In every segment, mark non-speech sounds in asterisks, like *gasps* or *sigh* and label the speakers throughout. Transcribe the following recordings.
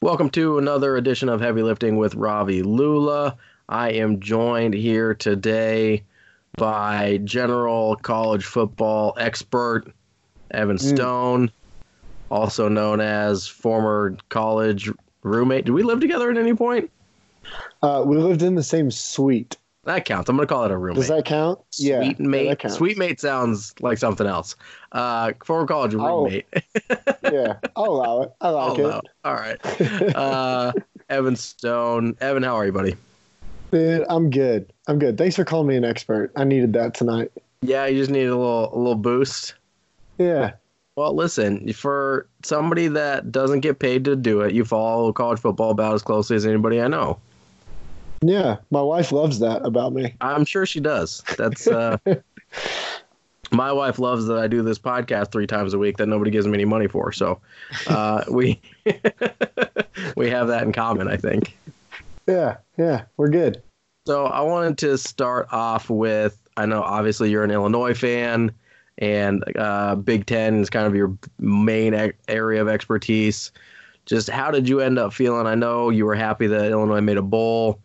Speaker 1: Welcome to another edition of Heavy Lifting with Ravi Lula. I am joined here today by general college football expert Evan
Speaker 2: Mm.
Speaker 1: Stone, also known as former college roommate. Did we live together at any point?
Speaker 2: Uh, we lived in the same suite.
Speaker 1: That counts. I'm going to call it a roommate.
Speaker 2: Does that count? yeah,
Speaker 1: Sweet
Speaker 2: yeah,
Speaker 1: mate.
Speaker 2: that counts.
Speaker 1: Sweet mate sounds like something else. Uh, former college
Speaker 2: Oh,
Speaker 1: roommate.
Speaker 2: *laughs* yeah, I'll allow it. I
Speaker 1: Oh,
Speaker 2: like it.
Speaker 1: no. All right. Uh, *laughs* Evan Stone. Evan, how are you, buddy?
Speaker 2: *laughs* Dude, I'm good. I'm good. Thanks for calling me an expert. I needed that tonight.
Speaker 1: Yeah, you just need a little a little boost.
Speaker 2: Yeah,
Speaker 1: Well, listen, for somebody that doesn't get paid to do it, you follow college football about as closely as anybody I know.
Speaker 2: yeah. My wife loves that about me.
Speaker 1: I'm sure she does. That's uh my wife loves that I do this podcast three times a week that nobody gives me any money for. So uh we *laughs* we have that in common, I think.
Speaker 2: Yeah, yeah. We're good.
Speaker 1: So I wanted to start off with I know obviously you're an Illinois fan, and uh, Big Ten is kind of your main ac- area of expertise. Just how did you end up feeling? I know you were happy that Illinois made a bowl.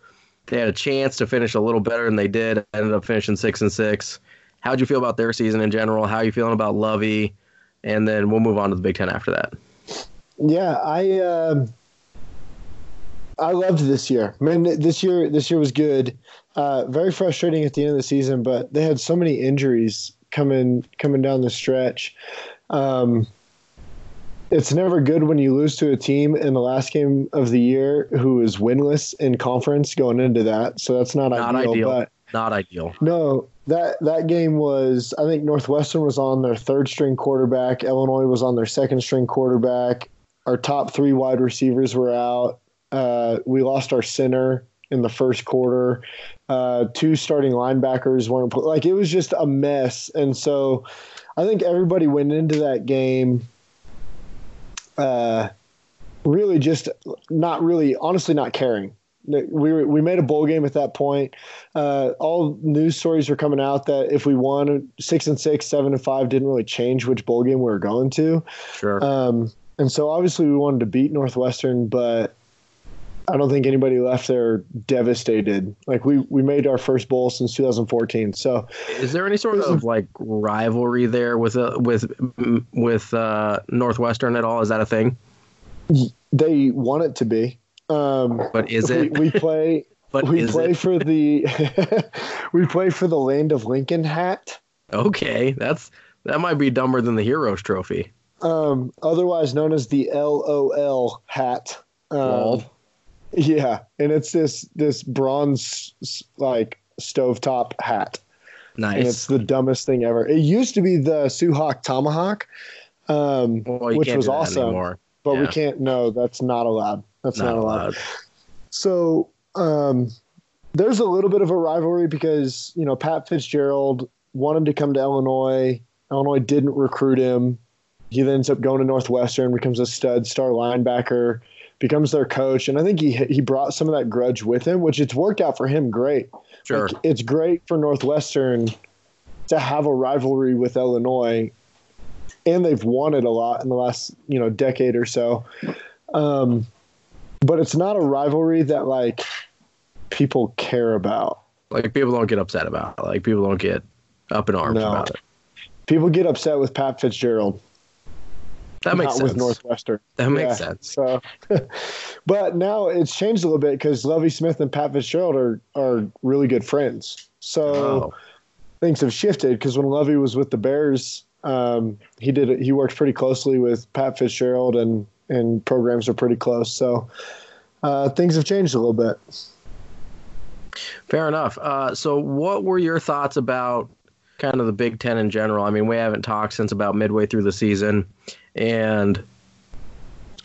Speaker 1: They had a chance to finish a little better than they did. Ended up finishing six and six. How'd you feel about their season in general? How you feeling about Lovey? And then we'll move on to the Big Ten after that.
Speaker 2: Yeah, I um, I loved this year. Man, th- this year this year was good. Uh, very frustrating at the end of the season, but they had so many injuries coming coming down the stretch. Um, it's never good when you lose to a team in the last game of the year who is winless in conference going into that. So that's not,
Speaker 1: Not
Speaker 2: ideal,
Speaker 1: ideal.
Speaker 2: But
Speaker 1: Not ideal.
Speaker 2: no, that that game was. I think Northwestern was on their third string quarterback. Illinois was on their second string quarterback. Our top three wide receivers were out. Uh, we lost our center in the first quarter. Uh, two starting linebackers weren't pl- like it was just a mess. And so, I think everybody went into that game. Uh, really, just not really, honestly, not caring. We were, we made a bowl game at that point uh, all news stories were coming out that if we won six and six, seven and five didn't really change which bowl game we were going to.
Speaker 1: Sure.
Speaker 2: Um, and so obviously we wanted to beat Northwestern, but I don't think anybody left there devastated. Like we we made our first bowl since 2014. So
Speaker 1: Is there any sort of like rivalry there with uh, with with uh, Northwestern at all? Is that a thing?
Speaker 2: they want it to be. Um,
Speaker 1: But is it?
Speaker 2: We, we play
Speaker 1: but
Speaker 2: we
Speaker 1: *laughs* is
Speaker 2: play
Speaker 1: it?
Speaker 2: for the *laughs* we play for the land of Lincoln hat.
Speaker 1: Okay, that's that might be dumber than the Heroes Trophy.
Speaker 2: Um, otherwise known as the LOL hat. Um,
Speaker 1: Lol.
Speaker 2: Yeah, and it's this this bronze s- like stovetop hat, and
Speaker 1: Nice.
Speaker 2: it's the dumbest thing ever. It used to be the Suhawk Tomahawk, um,
Speaker 1: Well, you
Speaker 2: which
Speaker 1: can't
Speaker 2: was
Speaker 1: do that
Speaker 2: awesome,
Speaker 1: anymore.
Speaker 2: but we
Speaker 1: yeah.
Speaker 2: can't. No, that's not allowed. That's not,
Speaker 1: Not
Speaker 2: allowed.
Speaker 1: allowed.
Speaker 2: So um, there's a little bit of a rivalry because you know Pat Fitzgerald wanted to come to Illinois. Illinois didn't recruit him. He then ends up going to Northwestern, becomes a stud star linebacker, becomes their coach, and I think he he brought some of that grudge with him, which it's worked out for him great.
Speaker 1: Sure.
Speaker 2: Like, it's great for Northwestern to have a rivalry with Illinois, and they've won it a lot in the last you know decade or so. Um, but it's not a rivalry that like people care about.
Speaker 1: Like people don't get upset about. It. Like people don't get up in arms
Speaker 2: No.
Speaker 1: about it.
Speaker 2: People get upset with Pat Fitzgerald,
Speaker 1: That makes
Speaker 2: not
Speaker 1: sense.
Speaker 2: with Northwestern.
Speaker 1: that makes
Speaker 2: yeah.
Speaker 1: sense.
Speaker 2: So, *laughs* but now it's changed a little bit because Lovey Smith and Pat Fitzgerald are are really good friends. So.
Speaker 1: Oh,
Speaker 2: things have shifted because when Lovey was with the Bears, um, he did he worked pretty closely with Pat Fitzgerald and and programs are pretty close. So uh, things have changed a little bit.
Speaker 1: fair enough. Uh, so, what were your thoughts about kind of the Big Ten in general? I mean, we haven't talked since about midway through the season, and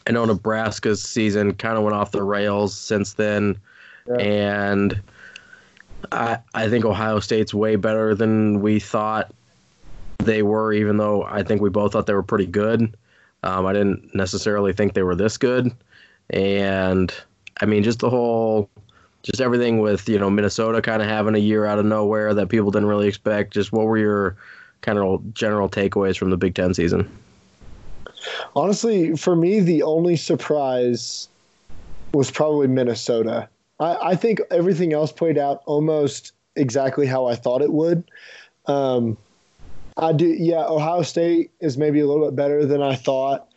Speaker 1: I know Nebraska's season kind of went off the rails since then,
Speaker 2: Yeah.
Speaker 1: and I I think Ohio State's way better than we thought they were. Even though I think we both thought they were pretty good, um, I didn't necessarily think they were this good, and I mean just the whole. Just everything with you know Minnesota kind of having a year out of nowhere that people didn't really expect. Just what were your kind of general takeaways from the Big Ten season?
Speaker 2: Honestly, for me, the only surprise was probably Minnesota. I, I think everything else played out almost exactly how I thought it would. Um, I do, yeah. Ohio State is maybe a little bit better than I thought.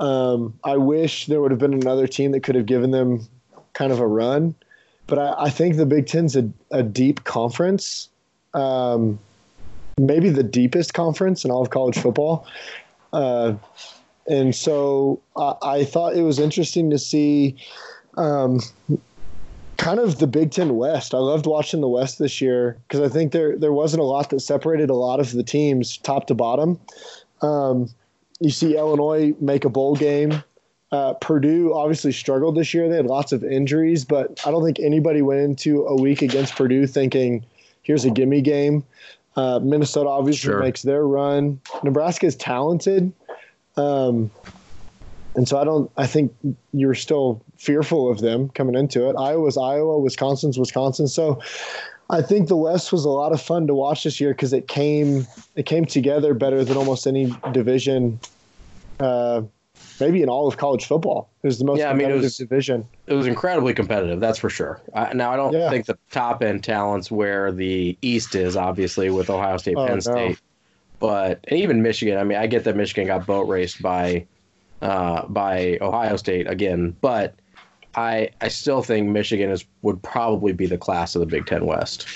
Speaker 2: Um, I wish there would have been another team that could have given them kind of a run, but I, I think the Big Ten's a, a deep conference, um, maybe the deepest conference in all of college football. Uh, and so I, I thought it was interesting to see um, kind of the Big Ten West. I loved watching the West this year because I think there there wasn't a lot that separated a lot of the teams top to bottom. Um, you see Illinois make a bowl game. Uh, Purdue obviously struggled this year. They had lots of injuries, but I don't think anybody went into a week against Purdue thinking, "Here's a gimme game." Uh, Minnesota obviously
Speaker 1: Sure.
Speaker 2: makes their run. Nebraska is talented, um, and so I don't. I think you're still fearful of them coming into it. Iowa's Iowa, Wisconsin's Wisconsin. So I think the West was a lot of fun to watch this year because it came it came together better than almost any division, uh, maybe in all of college football. It was the most
Speaker 1: Yeah, I mean, it
Speaker 2: competitive
Speaker 1: was-
Speaker 2: division.
Speaker 1: it was incredibly competitive. That's for sure. I, now I don't
Speaker 2: Yeah.
Speaker 1: think the top end talents where the East is obviously with Ohio State,
Speaker 2: Oh,
Speaker 1: Penn
Speaker 2: no.
Speaker 1: State, but and even Michigan. I mean, I get that Michigan got boat raced by uh, by Ohio State again, but I I still think Michigan is would probably be the class of the Big Ten West.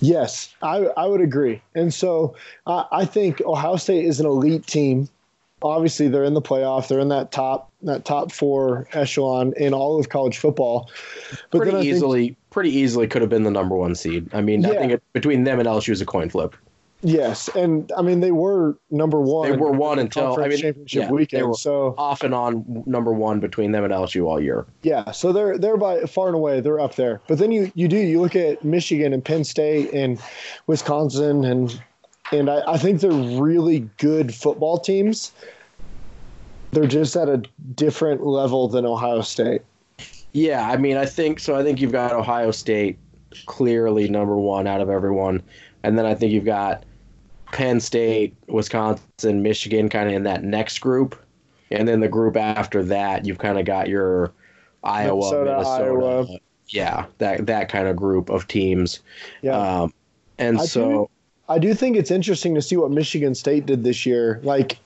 Speaker 2: Yes, I, I would agree. And so I, I think Ohio State is an elite team. Obviously, they're in the playoff. They're in that top that top four echelon in all of college football. But then I
Speaker 1: pretty
Speaker 2: think-
Speaker 1: easily, pretty easily could have been the number one seed. I mean, I
Speaker 2: Yeah.
Speaker 1: think it, between them and LSU is a coin flip.
Speaker 2: yes, and I mean they were number one.
Speaker 1: They were one
Speaker 2: in
Speaker 1: until I
Speaker 2: conference
Speaker 1: mean
Speaker 2: championship
Speaker 1: yeah, they
Speaker 2: weekend.
Speaker 1: were
Speaker 2: so
Speaker 1: off and on number one between them and LSU all year.
Speaker 2: Yeah, so they're they're by far and away they're up there. But then you you do you look at Michigan and Penn State and Wisconsin and and I, I think they're really good football teams. They're just at a different level than Ohio State.
Speaker 1: Yeah, I mean, I think so. I think you've got Ohio State clearly number one out of everyone, and then I think you've got Penn State, Wisconsin, Michigan, kind of in that next group, and then the group after that, you've kind of got your Iowa,
Speaker 2: Minnesota,
Speaker 1: Minnesota,
Speaker 2: Iowa.
Speaker 1: yeah, that that kind of group of teams.
Speaker 2: Yeah.
Speaker 1: Um, and
Speaker 2: I
Speaker 1: so.
Speaker 2: do- I do think it's interesting to see what Michigan State did this year. Like,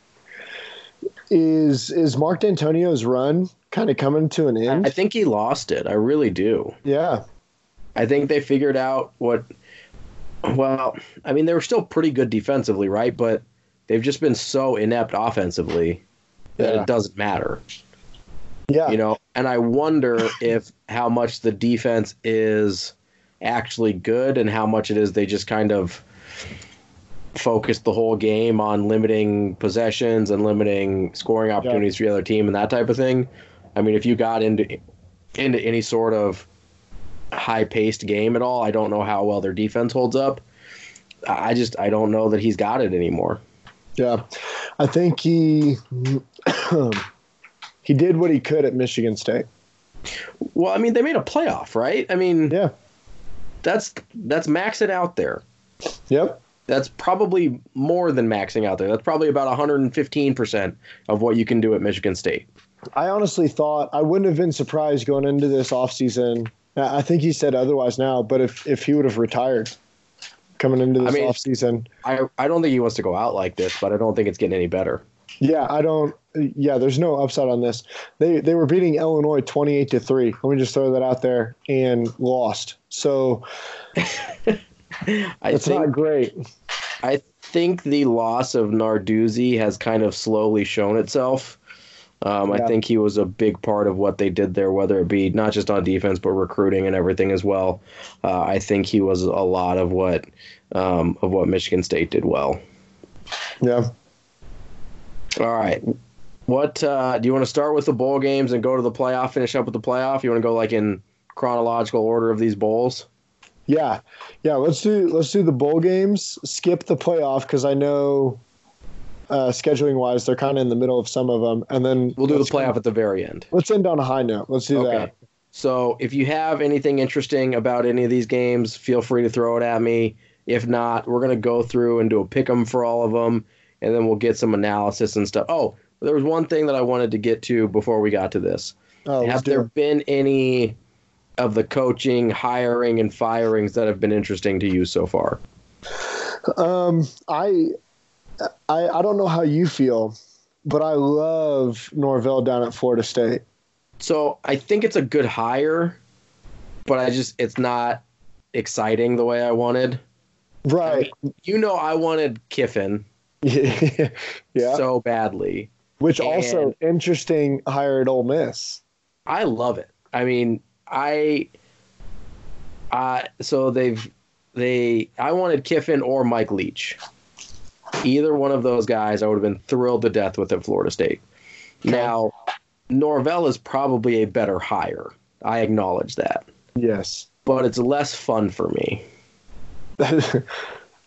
Speaker 2: is is Mark D'Antonio's run kind of coming to an
Speaker 1: I
Speaker 2: end?
Speaker 1: think he lost it. I really do.
Speaker 2: Yeah,
Speaker 1: I think they figured out what. Well, I mean, they were still pretty good defensively, right? But they've just been so inept offensively that
Speaker 2: Yeah.
Speaker 1: it doesn't matter,
Speaker 2: yeah,
Speaker 1: you know. And I wonder if how much the defense is actually good and how much it is they just kind of focused the whole game on limiting possessions and limiting scoring opportunities for the other team and that type of thing. I mean, if you got into into any sort of high paced game at all, I don't know how well their defense holds up. I I just I don't know that he's got it anymore.
Speaker 2: Yeah, I think he he did what he could at Michigan State.
Speaker 1: Well, I mean, they made a playoff, right? I mean,
Speaker 2: Yeah.
Speaker 1: that's that's maxing out there.
Speaker 2: Yep.
Speaker 1: That's probably more than maxing out there. That's probably about 115% of what you can do at Michigan State.
Speaker 2: I honestly thought I wouldn't have been surprised going into this offseason. I I think he said otherwise now, but if if he would have retired coming into this
Speaker 1: I mean-
Speaker 2: offseason,
Speaker 1: I, I don't think he wants to go out like this, but I don't think it's getting any better.
Speaker 2: yeah, I don't. Yeah, there's no upside on this. They they were beating Illinois 28 to three. Let me just throw that out there and lost. So
Speaker 1: I
Speaker 2: it's
Speaker 1: think
Speaker 2: not great.
Speaker 1: I think the loss of Narduzzi has kind of slowly shown itself. Um,
Speaker 2: Yeah.
Speaker 1: I think he was a big part of what they did there, whether it be not just on defense but recruiting and everything as well. Uh, I think he was a lot of what um, of what Michigan State did well.
Speaker 2: Yeah.
Speaker 1: All right, what uh, do you want to start with the bowl games and go to the playoff? Finish up with the playoff. You want to go like in chronological order of these bowls?
Speaker 2: Yeah, yeah. Let's do let's do the bowl games. Skip the playoff because I know uh, scheduling wise they're kind of in the middle of some of them, and then
Speaker 1: We'll do the
Speaker 2: let's-
Speaker 1: playoff at the very end.
Speaker 2: Let's end on a high note. Let's do that.
Speaker 1: So if you have anything interesting about any of these games, feel free to throw it at me. If not, we're gonna go through and do a pick 'em for all of them, and then we'll get some analysis and stuff. Oh, there was one thing that I wanted to get to before we got to this.
Speaker 2: Oh, let's
Speaker 1: have
Speaker 2: do
Speaker 1: there
Speaker 2: it.
Speaker 1: been any of the coaching, hiring, and firings that have been interesting to you so far?
Speaker 2: Um, I, I, I don't know how you feel, but I love Norvell down at Florida State.
Speaker 1: So I think it's a good hire, but I just it's not exciting the way I wanted.
Speaker 2: Right. *laughs*
Speaker 1: You know, I wanted Kiffin
Speaker 2: yeah.
Speaker 1: so badly.
Speaker 2: Which also
Speaker 1: and-
Speaker 2: interesting hire at Ole Miss.
Speaker 1: I love it. I mean, I, I so they've they I wanted Kiffin or Mike Leach. Either one of those guys, I would have been thrilled to death with at Florida State. Now, Norvell is probably a better hire. I acknowledge that,
Speaker 2: Yes. *laughs*
Speaker 1: but it's less fun for me.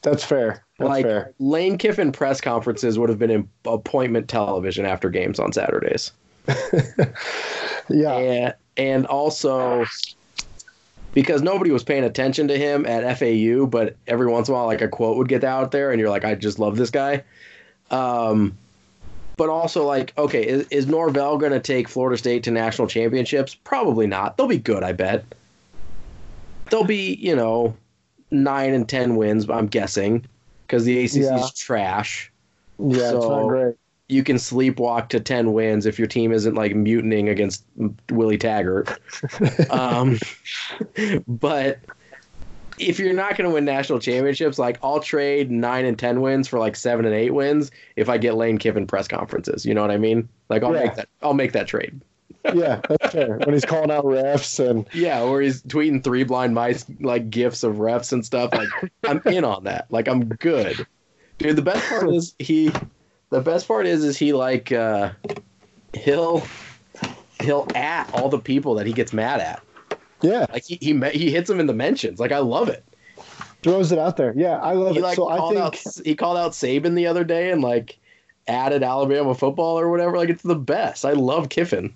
Speaker 2: That's fair. That's
Speaker 1: like
Speaker 2: fair.
Speaker 1: Lane Kiffin press conferences would have been in appointment television after games on Saturdays.
Speaker 2: Yeah.
Speaker 1: and, and also because nobody was paying attention to him at FAU, but every once in a while, like a quote would get out there, and you're like, I just love this guy. Um, but also, like, okay, is, is Norvell going to take Florida State to national championships? Probably not. They'll be good, I bet. They'll be, you know, nine and ten wins, I'm guessing, because the ACC is
Speaker 2: Yeah.
Speaker 1: trash.
Speaker 2: Yeah. it's not
Speaker 1: so-
Speaker 2: great.
Speaker 1: You can sleepwalk to ten wins if your team isn't like mutinying against Willie Taggart um, but if you're not going to win national championships, like I'll trade nine and ten wins for like seven and eight wins if I get Lane Kiffin press conferences. You know what I mean? Like I'll
Speaker 2: Yeah.
Speaker 1: make that I'll make that trade.
Speaker 2: yeah. That's fair. When he's calling out refs and
Speaker 1: Yeah, or he's tweeting three blind mice like gifs of refs and stuff. Like
Speaker 2: *laughs*
Speaker 1: I'm in on that. Like I'm good. Dude, the best part is he the best part is is he like uh he'll he'll at all the people that he gets mad at.
Speaker 2: yeah,
Speaker 1: Like he he, me- he hits them in the mentions. Like I love it.
Speaker 2: throws it out there. Yeah. I love
Speaker 1: He
Speaker 2: it.
Speaker 1: like
Speaker 2: so I
Speaker 1: called
Speaker 2: think
Speaker 1: out he called out Saban the other day and like added Alabama football or whatever. Like it's the best. I love Kiffin,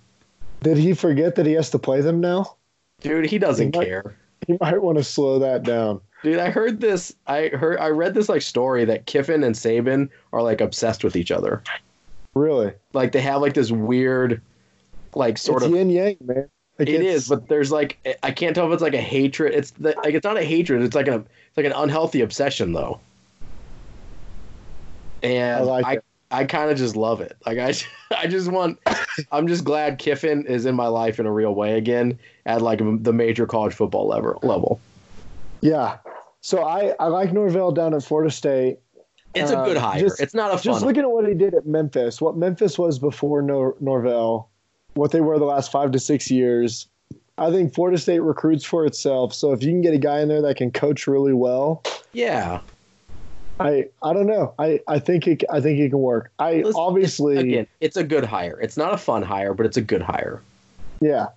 Speaker 2: did he forget that he has to play them now?
Speaker 1: dude. He doesn't
Speaker 2: He might-
Speaker 1: care,
Speaker 2: He might want to slow that down.
Speaker 1: dude. I heard this. I heard I read this like story that Kiffin and Saban are like obsessed with each other.
Speaker 2: Really.
Speaker 1: Like they have like this weird, like sort
Speaker 2: it's
Speaker 1: of.
Speaker 2: yin yang, man. Like,
Speaker 1: It
Speaker 2: it's-
Speaker 1: is, but there's like I can't tell if it's like a hatred. It's the, like it's not a hatred. It's like a it's like an unhealthy obsession though. And
Speaker 2: I
Speaker 1: I
Speaker 2: like
Speaker 1: I,
Speaker 2: it.
Speaker 1: kind of just love it. Like I *laughs* I just want I'm just glad Kiffin is in my life in a real way again at like the major college football level level.
Speaker 2: Yeah. So I, I like Norvell down at Florida State.
Speaker 1: It's a
Speaker 2: Uh,
Speaker 1: good hire.
Speaker 2: just-
Speaker 1: it's not a fun.
Speaker 2: Just looking at what he did at Memphis, what Memphis was before Nor- Norvell, what they were the last five to six years. I think Florida State recruits for itself. So if you can get a guy in there that can coach really well,
Speaker 1: yeah.
Speaker 2: I I don't know. I, I think it I think it can work. I
Speaker 1: Listen,
Speaker 2: obviously
Speaker 1: Again, it's a good hire. It's not a fun hire, but it's a good hire.
Speaker 2: yeah.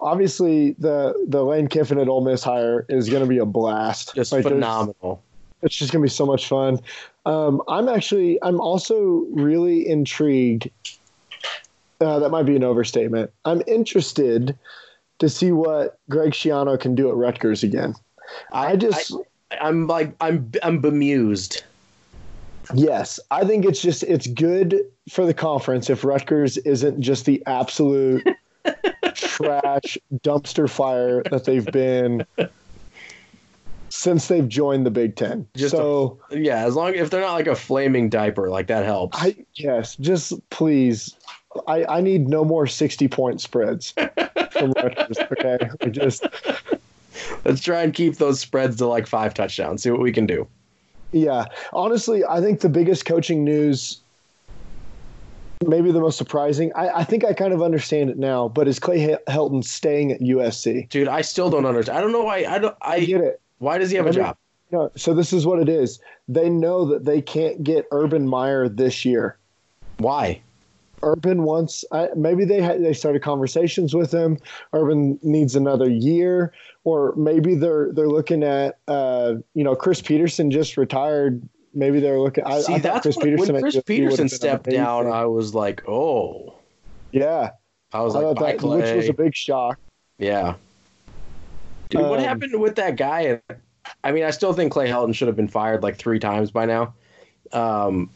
Speaker 2: Obviously the the Lane Kiffin at Ole Miss hire is going to be a blast.
Speaker 1: Just
Speaker 2: Like, there's-
Speaker 1: phenomenal.
Speaker 2: it's just gonna be so much fun. Um, I'm actually, I'm also really intrigued. Uh, that might be an overstatement. I'm interested to see what Greg Schiano can do at Rutgers again. I just,
Speaker 1: I'm like I'm I'm bemused.
Speaker 2: yes, I think it's just it's good for the conference if Rutgers isn't just the absolute trash dumpster fire that they've been since they've joined the Big Ten.
Speaker 1: Just a-
Speaker 2: so.
Speaker 1: Yeah, as long if they're not like a flaming diaper, like that helps.
Speaker 2: I yes, just please. I, I need no more sixty point spreads from Rutgers. Okay, I just
Speaker 1: Let's try and keep those spreads to like five touchdowns. See what we can do.
Speaker 2: yeah. Honestly, I think the biggest coaching news, maybe the most surprising. I, I think I kind of understand it now. But is Clay Hel- Helton staying at USC?
Speaker 1: Dude, I still don't understand. I don't know why. I don't.
Speaker 2: I
Speaker 1: I
Speaker 2: get it.
Speaker 1: why does he have a job?
Speaker 2: No, so this is what it is. They know that they can't get Urban Meyer this year.
Speaker 1: Why?
Speaker 2: Urban wants I, maybe they had, they started conversations with him. Urban needs another year, or maybe they're they're looking at uh, you know Chris Peterson just retired. Maybe they're looking. I,
Speaker 1: See,
Speaker 2: I
Speaker 1: that's
Speaker 2: thought Chris
Speaker 1: what-
Speaker 2: Peterson
Speaker 1: when
Speaker 2: at
Speaker 1: Chris
Speaker 2: USC would've
Speaker 1: Peterson
Speaker 2: been
Speaker 1: stepped
Speaker 2: amazing.
Speaker 1: down. I was like, oh.
Speaker 2: Yeah,
Speaker 1: I was
Speaker 2: I
Speaker 1: like,
Speaker 2: thought
Speaker 1: bye,
Speaker 2: that,
Speaker 1: Clay.
Speaker 2: which was a big shock.
Speaker 1: yeah. Dude, what
Speaker 2: Um,
Speaker 1: happened with that guy? I mean, I still think Clay Helton should have been fired like three times by now. Um,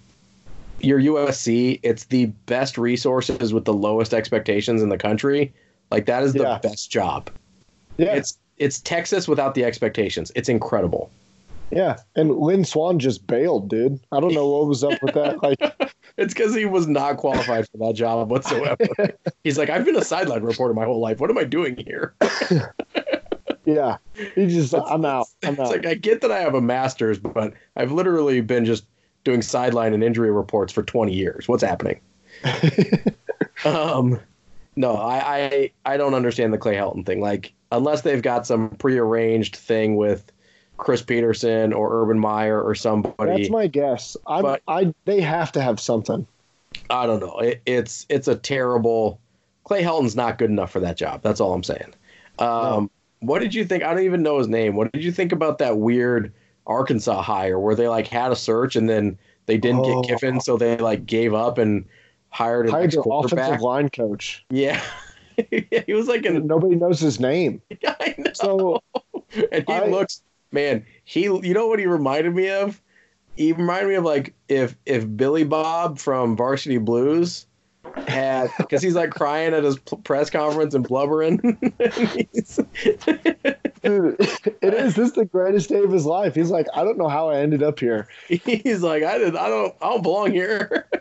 Speaker 1: your USC, it's the best resources with the lowest expectations in the country. Like that is the
Speaker 2: Yeah.
Speaker 1: best job.
Speaker 2: Yeah,
Speaker 1: It's it's Texas without the expectations. It's incredible.
Speaker 2: yeah. And Lynn Swan just bailed, dude. I don't know what was up with
Speaker 1: *laughs*
Speaker 2: that. Like,
Speaker 1: It's because he was not qualified for that job
Speaker 2: *laughs*
Speaker 1: whatsoever. He's like, I've been a sideline reporter my whole life. What am I doing here?
Speaker 2: yeah, he just I'm out. I'm
Speaker 1: It's
Speaker 2: out.
Speaker 1: like I get that I have a master's, but I've literally been just doing sideline and injury reports for 20 years. What's happening? um, no, I, I I don't understand the Clay Helton thing. Like unless they've got some prearranged thing with Chris Peterson or Urban Meyer or somebody.
Speaker 2: That's my guess. I'm,
Speaker 1: But-
Speaker 2: I they have to have something.
Speaker 1: I don't know. It, it's it's a terrible. Clay Helton's not good enough for that job. That's all I'm saying. Um, What did you think? I don't even know his name. What did you think about that weird Arkansas hire where they like had a search and then they didn't
Speaker 2: Oh.
Speaker 1: get Kiffin, so they like gave up and hired an
Speaker 2: Hired
Speaker 1: ex
Speaker 2: your offensive
Speaker 1: quarterback.
Speaker 2: line coach.
Speaker 1: Yeah, *laughs* he was like an.
Speaker 2: Nobody knows his name.
Speaker 1: *laughs* I know.
Speaker 2: So
Speaker 1: *laughs* and he
Speaker 2: I-
Speaker 1: looks man he you know what he reminded me of he reminded me of like if if billy bob from varsity blues had because he's like *laughs* crying at his p- press conference and blubbering *laughs* He's-
Speaker 2: dude, it is this is the greatest day of his life. He's like, I don't know how I ended up here.
Speaker 1: he's like i did i don't i don't belong here *laughs*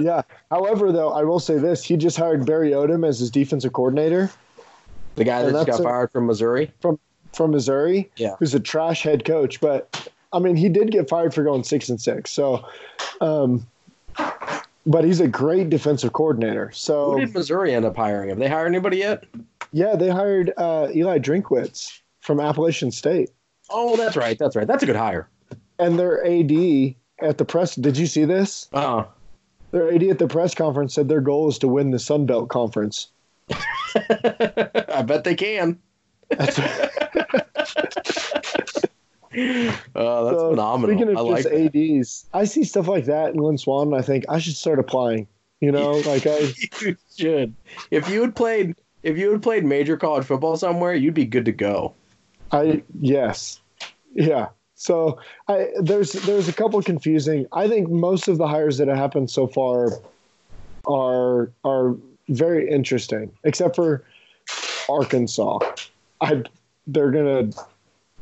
Speaker 2: Yeah. However, though, I will say this: he just hired Barry Odom as his defensive coordinator
Speaker 1: the guy that
Speaker 2: And
Speaker 1: just
Speaker 2: that's
Speaker 1: got
Speaker 2: a-
Speaker 1: fired from missouri
Speaker 2: from Missouri,
Speaker 1: Yeah.
Speaker 2: who's a trash head coach. But I mean, he did get fired for going six and six. So, um, but he's a great defensive coordinator. So
Speaker 1: who did missouri end up hiring have they hired anybody yet
Speaker 2: yeah, they hired uh, Eli Drinkwitz from Appalachian State,
Speaker 1: oh that's right that's right that's a good hire
Speaker 2: and their AD at the press. Did you see this?
Speaker 1: uh *laughs*
Speaker 2: Their AD at the press conference said their goal is to win the Sun
Speaker 1: *laughs*
Speaker 2: Belt Conference.
Speaker 1: i bet they can
Speaker 2: That's
Speaker 1: uh, that's
Speaker 2: So,
Speaker 1: phenomenal
Speaker 2: Speaking of
Speaker 1: i like
Speaker 2: just
Speaker 1: that.
Speaker 2: ads, I see stuff like that in Lynn Swan, and I think I should start applying. You know,
Speaker 1: *laughs*
Speaker 2: like I,
Speaker 1: you *laughs* should. If you had played, if you had played major college football somewhere, you'd be good to go.
Speaker 2: I yes, yeah. So I there's there's a couple confusing. I think most of the hires that have happened so far are are very interesting, except for Arkansas. I they're gonna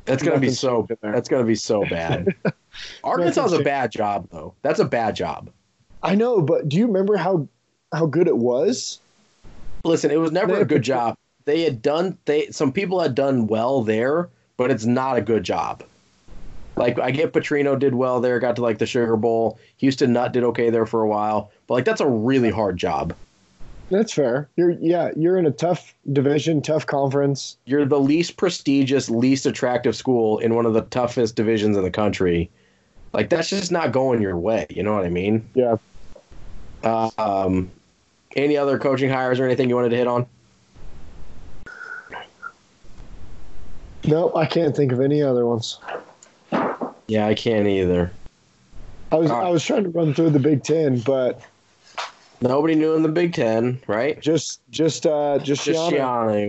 Speaker 1: That's gonna be
Speaker 2: Nothing's
Speaker 1: so.
Speaker 2: changing there.
Speaker 1: That's gonna be so bad. Arkansas is a
Speaker 2: Nothing's
Speaker 1: bad job, though. That's a bad job.
Speaker 2: I know, but do you remember how how good it was?
Speaker 1: Listen, it was never
Speaker 2: They-
Speaker 1: a good job. They had done. They some people had done well there, but it's not a good job. Like I get Petrino did well there, got to like the Sugar Bowl. Houston Nut did okay there for a while, but like that's a really hard job.
Speaker 2: That's fair. You're yeah, you're in a tough division, tough conference.
Speaker 1: you're the least prestigious, least attractive school in one of the toughest divisions in the country. Like that's just not going your way. You know what I mean?
Speaker 2: Yeah,
Speaker 1: Um, any other coaching hires or anything you wanted to hit on?
Speaker 2: No, I can't think of any other ones.
Speaker 1: Yeah, I can't either.
Speaker 2: I was
Speaker 1: All right.
Speaker 2: I was trying to run through the Big Ten, but
Speaker 1: Nobody knew in the Big Ten, right?
Speaker 2: just just uh just,
Speaker 1: Just
Speaker 2: Shiano.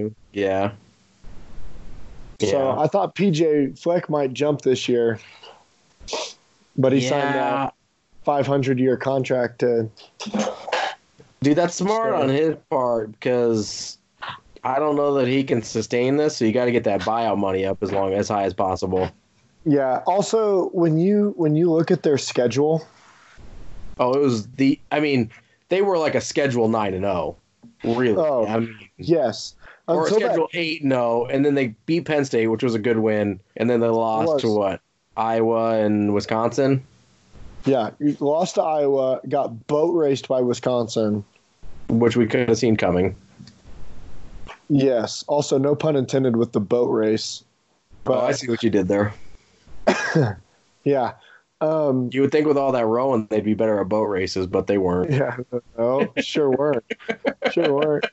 Speaker 1: Shiano. Yeah. Yeah.
Speaker 2: So I thought PJ Fleck might jump this year, but he signed uh,
Speaker 1: Yeah.
Speaker 2: a 500 year contract. To,
Speaker 1: Dude, that's smart
Speaker 2: So-
Speaker 1: on his part because I don't know that he can sustain this. So you got to get that buyout money up as long as high as possible.
Speaker 2: yeah. Also, when you when you look at their schedule,
Speaker 1: Oh, it was the. I mean, they were like a schedule nine and zero, really.
Speaker 2: Oh.
Speaker 1: I mean,
Speaker 2: yes,
Speaker 1: or a
Speaker 2: until that,
Speaker 1: schedule eight and zero, and then they beat Penn State, which was a good win, and then they lost
Speaker 2: was.
Speaker 1: to what Iowa and Wisconsin.
Speaker 2: yeah, you lost to Iowa, got boat raced by Wisconsin.
Speaker 1: Which we could have seen coming.
Speaker 2: Yes. Also, no pun intended with the boat race,
Speaker 1: But
Speaker 2: but
Speaker 1: Oh, I see what you did there.
Speaker 2: yeah. Um,
Speaker 1: You would think with all that rowing, they'd be better at boat races, but they
Speaker 2: *laughs*
Speaker 1: weren't.
Speaker 2: Yeah, no, sure weren't. Sure weren't.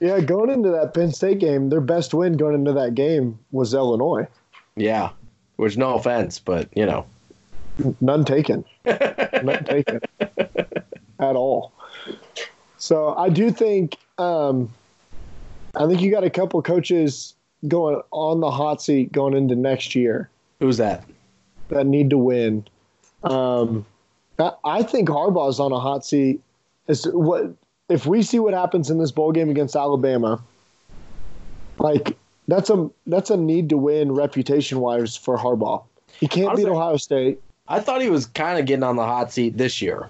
Speaker 2: Yeah, going into that Penn State game, their best win going into that game was Illinois.
Speaker 1: Yeah, which no offense, but you know,
Speaker 2: None taken. None taken at all. So I do think um, I think you got a couple coaches going on the hot seat going into next year
Speaker 1: who's that?
Speaker 2: that need to win. Um, I, I think Harbaugh's on a hot seat. Is what if we see what happens in this bowl game against Alabama, like that's a that's a need to win reputation wise for Harbaugh. He can't beat
Speaker 1: Honestly-
Speaker 2: Ohio State.
Speaker 1: I thought he was kind of getting on the hot seat this year.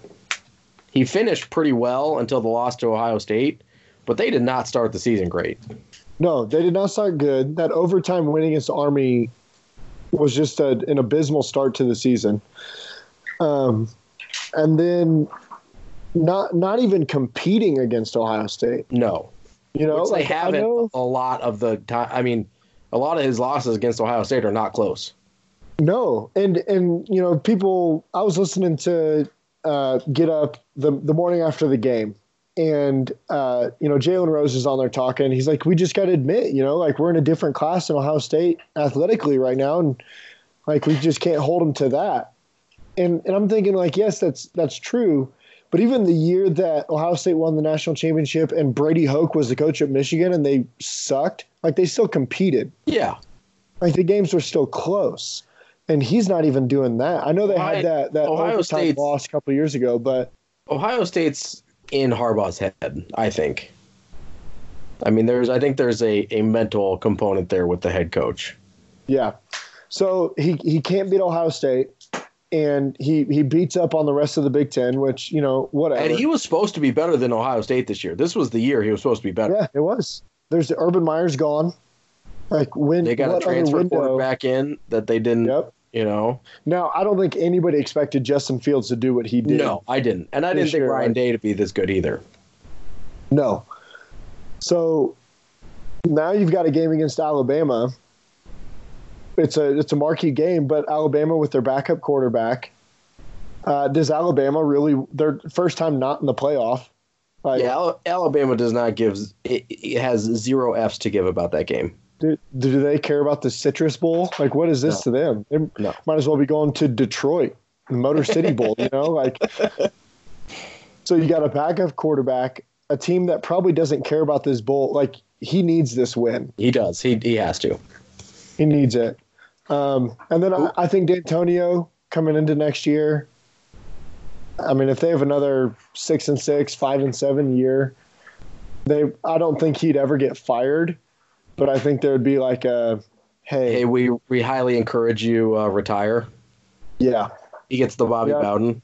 Speaker 1: He finished pretty well until the loss to Ohio State, but they did not start the season great.
Speaker 2: No, they did not start good. That overtime win against Army was just a, an abysmal start to the season. Um, and then not not even competing against Ohio State.
Speaker 1: No,
Speaker 2: You know,
Speaker 1: which they
Speaker 2: Like, I
Speaker 1: haven't
Speaker 2: know-
Speaker 1: a lot of the time. I mean, a lot of his losses against Ohio State are not close.
Speaker 2: No, and and you know, people. I was listening to uh, Get Up the the morning after the game, and uh, you know, Jalen Rose is on there talking. He's like, "We just got to admit, you know, like we're in a different class in Ohio State athletically right now, and like we just can't hold them to that." And and I'm thinking like, yes, that's that's true. But even the year that Ohio State won the national championship and Brady Hoke was the coach at Michigan and they sucked, like they still competed
Speaker 1: Yeah,
Speaker 2: like the games were still close and he's not even doing that i know they
Speaker 1: Ohio-
Speaker 2: had that that
Speaker 1: Ohio
Speaker 2: overtime
Speaker 1: State's-
Speaker 2: loss a couple years ago but
Speaker 1: Ohio State's in Harbaugh's head, I think. I mean, there's I think there's a, a mental component there with the head coach.
Speaker 2: yeah so he he can't beat ohio state and he he beats up on the rest of the big ten which you know whatever
Speaker 1: And he was supposed to be better than Ohio State this year. This was the year he was supposed to be better.
Speaker 2: yeah it was there's the urban meyer's gone like when
Speaker 1: They got
Speaker 2: what
Speaker 1: a
Speaker 2: other
Speaker 1: transfer
Speaker 2: window-
Speaker 1: quarterback in that they didn't,
Speaker 2: yep
Speaker 1: you know.
Speaker 2: now i don't think anybody expected justin fields to do what he did
Speaker 1: No, I didn't. And I
Speaker 2: They
Speaker 1: didn't think
Speaker 2: sure
Speaker 1: Ryan
Speaker 2: are.
Speaker 1: Day to be this good either.
Speaker 2: No. So now you've got a game against Alabama. It's a it's a marquee game, but Alabama with their backup quarterback. Uh, does Alabama really their first time not in the playoff? Like,
Speaker 1: yeah, Al- Alabama does not give it, it has zero Fs to give about that game.
Speaker 2: do, do they care about the Citrus Bowl? Like, what is this to them? They
Speaker 1: No.
Speaker 2: might as well be going to Detroit, the Motor City Bowl, you know? Like,
Speaker 1: *laughs*
Speaker 2: so you got a backup quarterback, a team that probably doesn't care about this bowl. Like, he needs this win.
Speaker 1: He does. He he has to.
Speaker 2: He needs it. Um, and then I, I think D'Antonio coming into next year. I mean, if they have another six and six, five and seven year, they I don't think he'd ever get fired, but I think there would be like a hey,
Speaker 1: Hey, we we highly encourage you uh, retire.
Speaker 2: yeah.
Speaker 1: He gets the Bobby
Speaker 2: Yeah.
Speaker 1: Bowden.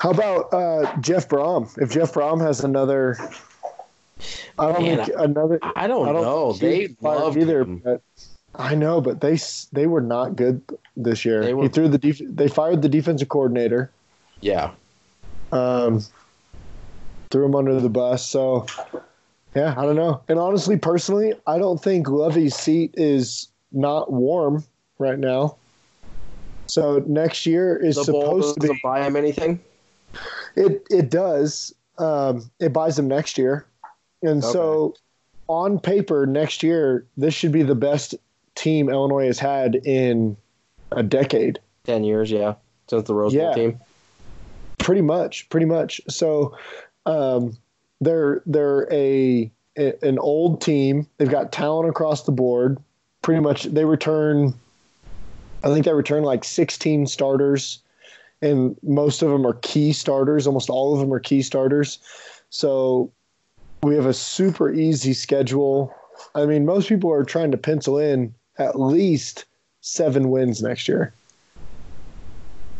Speaker 2: How about uh, Jeff Brom? If Jeff Brom has another, I don't
Speaker 1: Man,
Speaker 2: think another.
Speaker 1: I don't,
Speaker 2: I don't
Speaker 1: know.
Speaker 2: think he'd
Speaker 1: They
Speaker 2: get fired
Speaker 1: loved
Speaker 2: either.
Speaker 1: him.
Speaker 2: But I know, but they s- they were not good this year.
Speaker 1: They were-
Speaker 2: he threw the def- they fired the defensive coordinator.
Speaker 1: Yeah.
Speaker 2: um, threw him under the bus. So, yeah, I don't know. And honestly, personally, I don't think Lovey's seat is not warm right now. So next year is
Speaker 1: The bowl
Speaker 2: supposed to
Speaker 1: doesn't
Speaker 2: be.
Speaker 1: buy him anything.
Speaker 2: It it does. Um, it buys them next year, and so on paper, next year this should be the best team Illinois has had in a decade.
Speaker 1: Ten years, yeah, since the Rose Bowl
Speaker 2: Yeah.
Speaker 1: team.
Speaker 2: pretty much pretty much so um they're they're a, a- an old team they've got talent across the board pretty much they return i think they return like 16 starters and most of them are key starters almost all of them are key starters so we have a super easy schedule i mean most people are trying to pencil in at least seven wins next year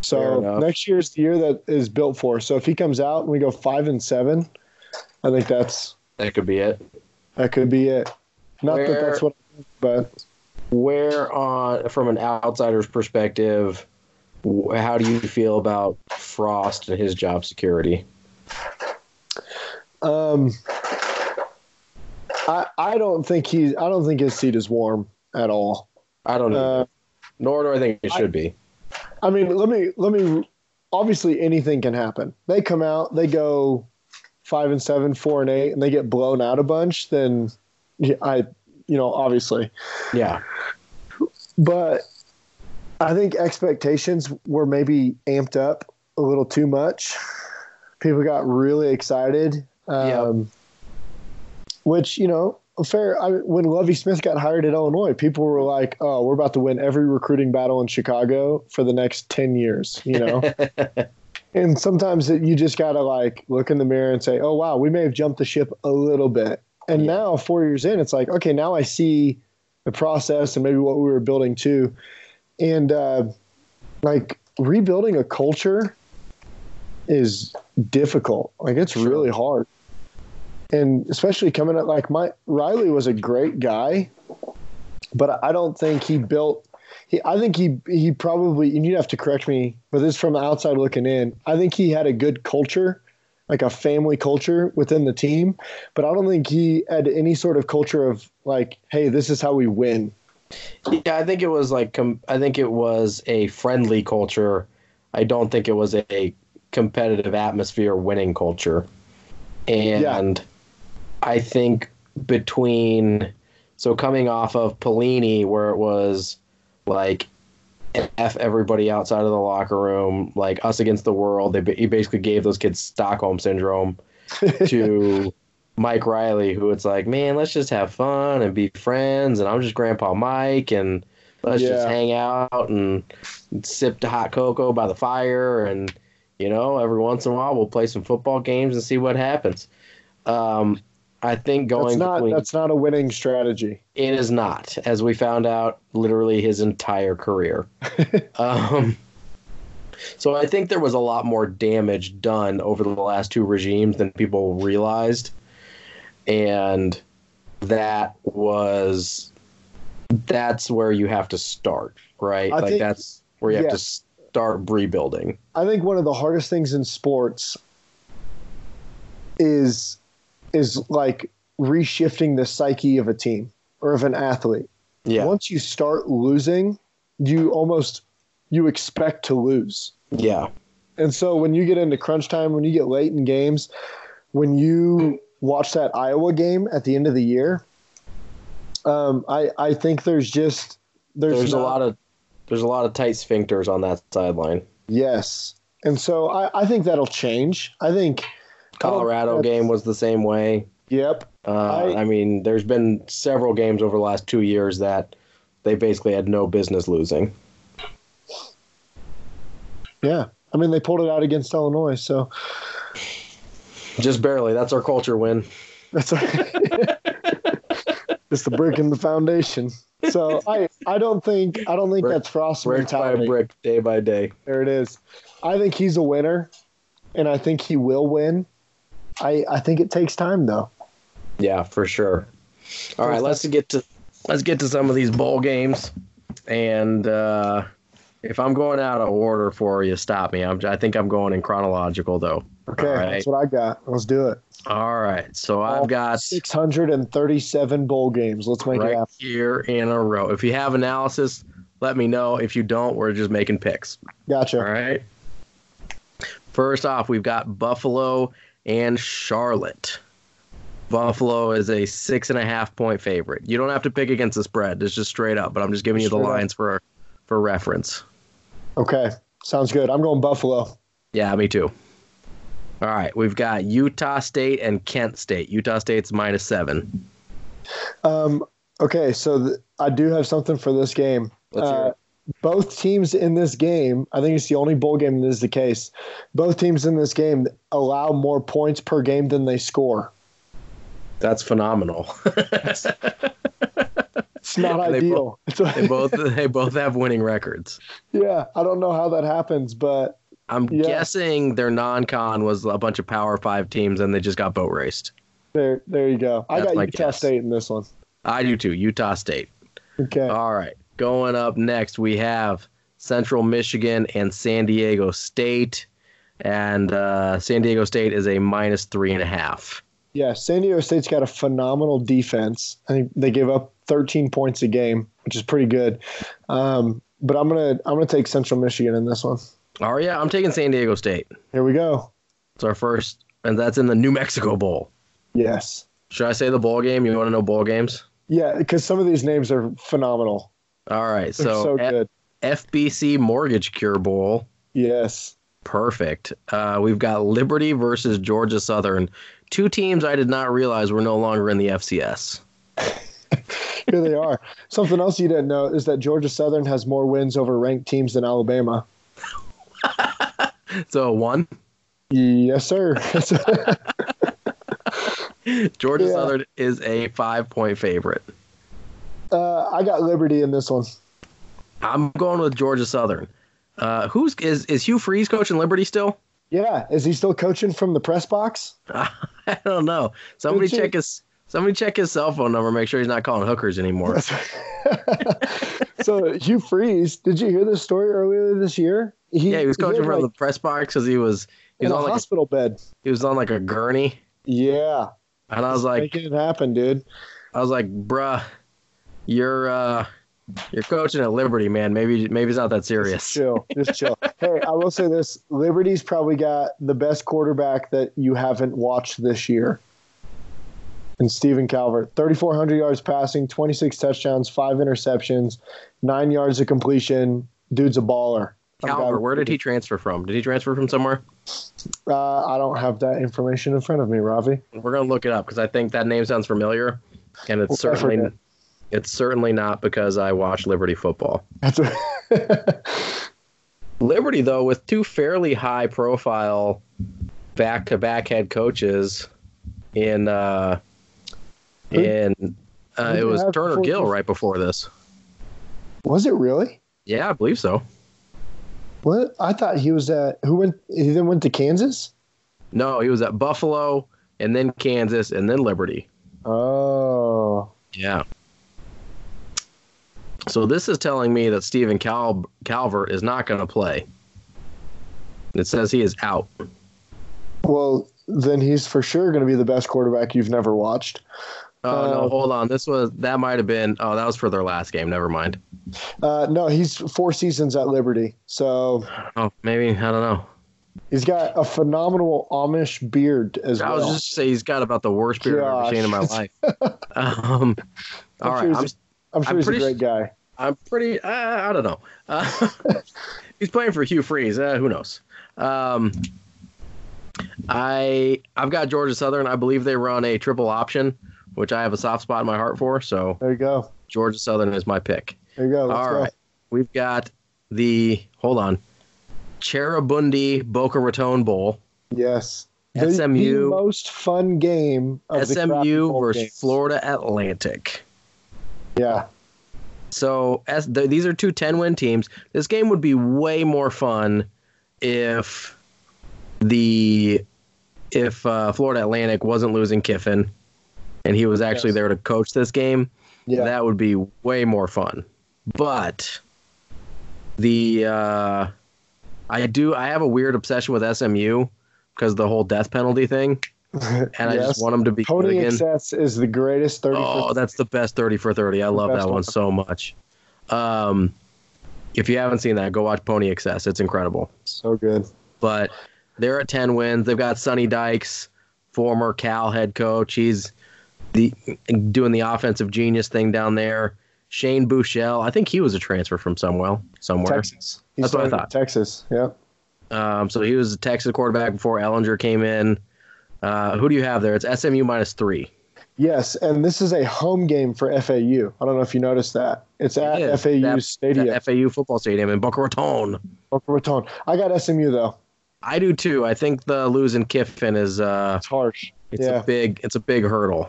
Speaker 1: Fair
Speaker 2: so
Speaker 1: enough.
Speaker 2: next year's the year that is built for so if he comes out and we go five and seven i think that's
Speaker 1: That could be it.
Speaker 2: that could be it not that
Speaker 1: Where-
Speaker 2: that's what but
Speaker 1: Where on from an outsider's perspective, wh- how do you feel about Frost and his job security?
Speaker 2: Um, I I don't think he's I don't think his seat is warm at all.
Speaker 1: I don't know.
Speaker 2: Uh,
Speaker 1: Nor do I think it
Speaker 2: I-
Speaker 1: should be.
Speaker 2: I mean, let me let me. Obviously, anything can happen. They come out, they go five and seven, four and eight, and they get blown out a bunch. Then yeah, I, you know, obviously,
Speaker 1: Yeah,
Speaker 2: but I think expectations were maybe amped up a little too much. People got really excited.
Speaker 1: Yeah.
Speaker 2: Um, Which, you know, fair. I, when Lovey Smith got hired at Illinois, people were like, oh, we're about to win every recruiting battle in Chicago for the next 10 years, you know? And sometimes it, you just gotta like look in the mirror and say, "Oh wow, we may have jumped the ship a little bit." And now, four years in, it's like, okay, now I see the process and maybe what we were building too, and uh, like rebuilding a culture is difficult. Like it's
Speaker 1: Sure.
Speaker 2: really hard, and especially coming up like my Riley was a great guy, but I don't think he built. He, I think he he probably and you'd have to correct me, but this is from the outside looking in. I think he had a good culture, like a family culture within the team, but I don't think he had any sort of culture of like, hey, this is how we win.
Speaker 1: Yeah, I think it was like com- I think it was a friendly culture. I don't think it was a competitive atmosphere, winning culture. And I think between so coming off of Pelini, where it was like f everybody outside of the locker room, like us against the world. They ba- he basically gave those kids Stockholm
Speaker 2: *laughs*
Speaker 1: syndrome to Mike Riley, who it's like, man, let's just have fun and be friends, and I'm just Grandpa Mike, and let's just
Speaker 2: Yeah.
Speaker 1: hang out and sip the hot cocoa by the fire, and you know, every once in a while we'll play some football games and see what happens. Um, I think
Speaker 2: That's
Speaker 1: going
Speaker 2: not
Speaker 1: between-
Speaker 2: that's not a winning strategy.
Speaker 1: it is not, as we found out, literally his entire
Speaker 2: *laughs*
Speaker 1: career. um, so I think there was a lot more damage done over the last two regimes than people realized, and that was that's where you have to start, right?
Speaker 2: I
Speaker 1: like
Speaker 2: think-
Speaker 1: that's where you have to
Speaker 2: yes.
Speaker 1: start rebuilding.
Speaker 2: I think one of the hardest things in sports is is like reshifting the psyche of a team or of an athlete.
Speaker 1: Yeah,
Speaker 2: Once you start losing, you almost you expect to lose.
Speaker 1: yeah,
Speaker 2: And so when you get into crunch time, when you get late in games, when you watch that Iowa game at the end of the year, um, I I think there's just there's,
Speaker 1: there's, a lot of there's a lot of tight sphincters on that sideline.
Speaker 2: yes, and so I, I think that'll change. I think
Speaker 1: Colorado
Speaker 2: that's-
Speaker 1: game was the same way.
Speaker 2: yep,
Speaker 1: Uh, I,
Speaker 2: I-
Speaker 1: mean, there's been several games over the last two years that they basically had no business losing.
Speaker 2: yeah. I mean they pulled it out against Illinois, so
Speaker 1: Just barely. That's our culture win. *laughs*
Speaker 2: That's right. it's the brick in the foundation. So I I don't think I don't think
Speaker 1: Brick-
Speaker 2: that's Frost's
Speaker 1: Brick by
Speaker 2: mentality.
Speaker 1: brick, day by day.
Speaker 2: There it is. I think he's a winner, and I think he will win. I I think it takes time though.
Speaker 1: Yeah, for sure. All right, let's get to let's get to some of these bowl games. And uh, if I'm going out of order for you, stop me. I'm, I think I'm going in chronological though.
Speaker 2: Okay,
Speaker 1: All right.
Speaker 2: that's what I got. Let's do it.
Speaker 1: All right, so
Speaker 2: All
Speaker 1: I've got
Speaker 2: Oh, Six hundred and thirty-seven bowl games. Let's make it
Speaker 1: right
Speaker 2: happen.
Speaker 1: here in a row. If you have analysis, let me know. If you don't, we're just making picks.
Speaker 2: Gotcha.
Speaker 1: All right. First off, we've got Buffalo and Charlotte. Buffalo is a six and a half point favorite. You don't have to pick against the spread. It's just straight up, but I'm just giving you the
Speaker 2: Straight up.
Speaker 1: lines for for reference.
Speaker 2: Okay, sounds good. I'm going Buffalo.
Speaker 1: Yeah, me too. All right, we've got Utah State and Kent State. Utah State's minus seven.
Speaker 2: Um, okay, so th- I do have something for this game.
Speaker 1: Let's hear
Speaker 2: Uh,
Speaker 1: it.
Speaker 2: both teams in this game, I think it's the only bowl game that is the case. Both teams in this game allow more points per game than they score.
Speaker 1: That's phenomenal.
Speaker 2: It's not
Speaker 1: They
Speaker 2: ideal. It's like-
Speaker 1: *laughs* they both they both have winning records.
Speaker 2: *laughs* yeah, I don't know how that happens, but
Speaker 1: I'm
Speaker 2: Yeah.
Speaker 1: guessing their non-con was a bunch of Power Five teams, and they just got boat raced.
Speaker 2: there, there you go. I
Speaker 1: That's
Speaker 2: got
Speaker 1: my
Speaker 2: Utah
Speaker 1: guess.
Speaker 2: State in this one.
Speaker 1: I do too. Utah State.
Speaker 2: Okay,
Speaker 1: All right. Going up next, we have Central Michigan and San Diego State. And uh, San Diego State is a minus three and a half.
Speaker 2: yeah, San Diego State's got a phenomenal defense. I think they give up 13 points a game, which is pretty good. Um, but I'm gonna, I'm gonna take Central Michigan in this one.
Speaker 1: Oh, yeah. I'm taking San Diego State.
Speaker 2: Here we go.
Speaker 1: It's our first, and that's in the New Mexico Bowl.
Speaker 2: Yes,
Speaker 1: Should I say the bowl game? You want to know bowl games?
Speaker 2: yeah, because some of these names are phenomenal.
Speaker 1: All right.
Speaker 2: They're so,
Speaker 1: So, eh, F-
Speaker 2: good.
Speaker 1: FBC Mortgage Cure Bowl.
Speaker 2: Yes. *laughs*
Speaker 1: Perfect. Uh, we've got Liberty versus Georgia Southern. Two teams I did not realize were no longer in the FCS.
Speaker 2: Here they are. Something else you didn't know is that Georgia Southern has more wins over ranked teams than Alabama.
Speaker 1: So one,
Speaker 2: Yes, sir. *laughs*
Speaker 1: Georgia
Speaker 2: Yeah.
Speaker 1: Southern is a five point favorite.
Speaker 2: uh, I got Liberty in this one.
Speaker 1: I'm going with Georgia Southern. Uh, who's is is Hugh Freeze coaching Liberty still? *laughs*
Speaker 2: Yeah, is he still coaching from the press box?
Speaker 1: I don't know. Somebody
Speaker 2: Good
Speaker 1: check his somebody check his cell phone number. Make sure he's not calling hookers anymore.
Speaker 2: *laughs* so Hugh Freeze, did you hear this story earlier this year?
Speaker 1: yeah, he was coaching
Speaker 2: had,
Speaker 1: from
Speaker 2: like,
Speaker 1: the press box because he was he was
Speaker 2: in a
Speaker 1: on like a,
Speaker 2: hospital bed.
Speaker 1: he was on like a gurney,
Speaker 2: Yeah,
Speaker 1: and I was like
Speaker 2: making it happen, dude.
Speaker 1: I was like, bruh, you're uh you're coaching at Liberty, man. Maybe maybe it's not that
Speaker 2: Just
Speaker 1: serious.
Speaker 2: chill, just
Speaker 1: *laughs*
Speaker 2: chill. hey, I will say this: Liberty's probably got the best quarterback that you haven't watched this year. And Stephen Calvert, 3,400 yards passing, 26 touchdowns, five interceptions, nine yards of completion. Dude's a baller. I'm
Speaker 1: Calvert,
Speaker 2: down-
Speaker 1: where did he transfer from? Did he transfer from somewhere?
Speaker 2: Uh, I don't have that information in front of me, Ravi.
Speaker 1: We're gonna look it up because I think that name sounds familiar, and it's
Speaker 2: We'll cover
Speaker 1: certainly
Speaker 2: that.
Speaker 1: it's certainly not because I watch Liberty football.
Speaker 2: That's a,
Speaker 1: Liberty, though, with two fairly high profile back to back head coaches in uh,
Speaker 2: Who-
Speaker 1: in
Speaker 2: who
Speaker 1: uh,
Speaker 2: did
Speaker 1: it
Speaker 2: they
Speaker 1: was
Speaker 2: have
Speaker 1: Turner
Speaker 2: before
Speaker 1: Gill
Speaker 2: this?
Speaker 1: right before this.
Speaker 2: *laughs* was it really?
Speaker 1: Yeah, I believe so.
Speaker 2: What I thought he was at. Who went? He then went to Kansas.
Speaker 1: No, he was at Buffalo and then Kansas and then Liberty.
Speaker 2: Oh,
Speaker 1: Yeah. So this is telling me that Stephen Cal- Calvert is not going to play. It says he is out.
Speaker 2: well, then he's for sure going to be the best quarterback you've never watched.
Speaker 1: Oh no,
Speaker 2: Uh,
Speaker 1: hold on. This was that might have been. Oh, that was for their last game. Never mind.
Speaker 2: Uh, no, he's four seasons at Liberty, so
Speaker 1: Oh, maybe I don't know.
Speaker 2: he's got a phenomenal Amish beard as
Speaker 1: I
Speaker 2: well.
Speaker 1: was just say he's got about the worst beard I've ever
Speaker 2: Gosh.
Speaker 1: seen in my life. *laughs* um, all
Speaker 2: I'm
Speaker 1: right,
Speaker 2: sure he's
Speaker 1: I'm,
Speaker 2: I'm sure
Speaker 1: I'm
Speaker 2: he's a
Speaker 1: pretty
Speaker 2: great guy.
Speaker 1: I'm pretty. Uh, I don't know. Uh, *laughs* he's playing for Hugh Freeze. Uh, who knows? Um, I I've got Georgia Southern. I believe they run a triple option, which I have a soft spot in my heart for. So
Speaker 2: There you go.
Speaker 1: Georgia Southern is my pick.
Speaker 2: There you go. Let's
Speaker 1: All
Speaker 2: go.
Speaker 1: right. We've got the hold on, Cherubundi Boca Raton Bowl.
Speaker 2: Yes. The-
Speaker 1: SMU.
Speaker 2: the most fun game of Oh, the Crappy
Speaker 1: SMU
Speaker 2: Bowl
Speaker 1: versus
Speaker 2: games.
Speaker 1: Florida Atlantic.
Speaker 2: Yeah.
Speaker 1: So as th- these are two 10 win teams. This game would be way more fun if the if uh, Florida Atlantic wasn't losing Kiffin and he was actually
Speaker 2: Yes.
Speaker 1: there to coach this game.
Speaker 2: Yeah.
Speaker 1: That would be way more fun. But the uh, I do I have a weird obsession with SMU because the whole death penalty
Speaker 2: *laughs*
Speaker 1: thing, and I
Speaker 2: Yes.
Speaker 1: just want them to be good
Speaker 2: Tony
Speaker 1: again.
Speaker 2: Excess is the greatest 30
Speaker 1: Oh, that's the best 30 for 30. I love
Speaker 2: best
Speaker 1: that one
Speaker 2: one.
Speaker 1: so much. Um, if you haven't seen that, go watch Pony Excess. It's incredible.
Speaker 2: so good.
Speaker 1: But they're at 10 wins. They've got Sonny Dykes, former Cal head coach. He's the doing the offensive genius thing down there. Shane Bouchel, I think he was a transfer from somewhere. Somewhere.
Speaker 2: Texas. He
Speaker 1: That's what I
Speaker 2: started
Speaker 1: thought.
Speaker 2: at Texas. Yeah.
Speaker 1: Um, so he was a Texas quarterback before Ellinger came in. Uh, who do you have there? It's SMU minus three.
Speaker 2: Yes, and this is a home game for FAU. I don't know if you noticed that. It's at
Speaker 1: Yeah,
Speaker 2: FAU
Speaker 1: that- that
Speaker 2: Stadium.
Speaker 1: FAU football stadium in Boca Raton.
Speaker 2: Boca Raton. I got SMU though.
Speaker 1: I do too. I think the losing Kiffin is uh,
Speaker 2: It's harsh.
Speaker 1: it's
Speaker 2: Yeah.
Speaker 1: a big it's a big hurdle.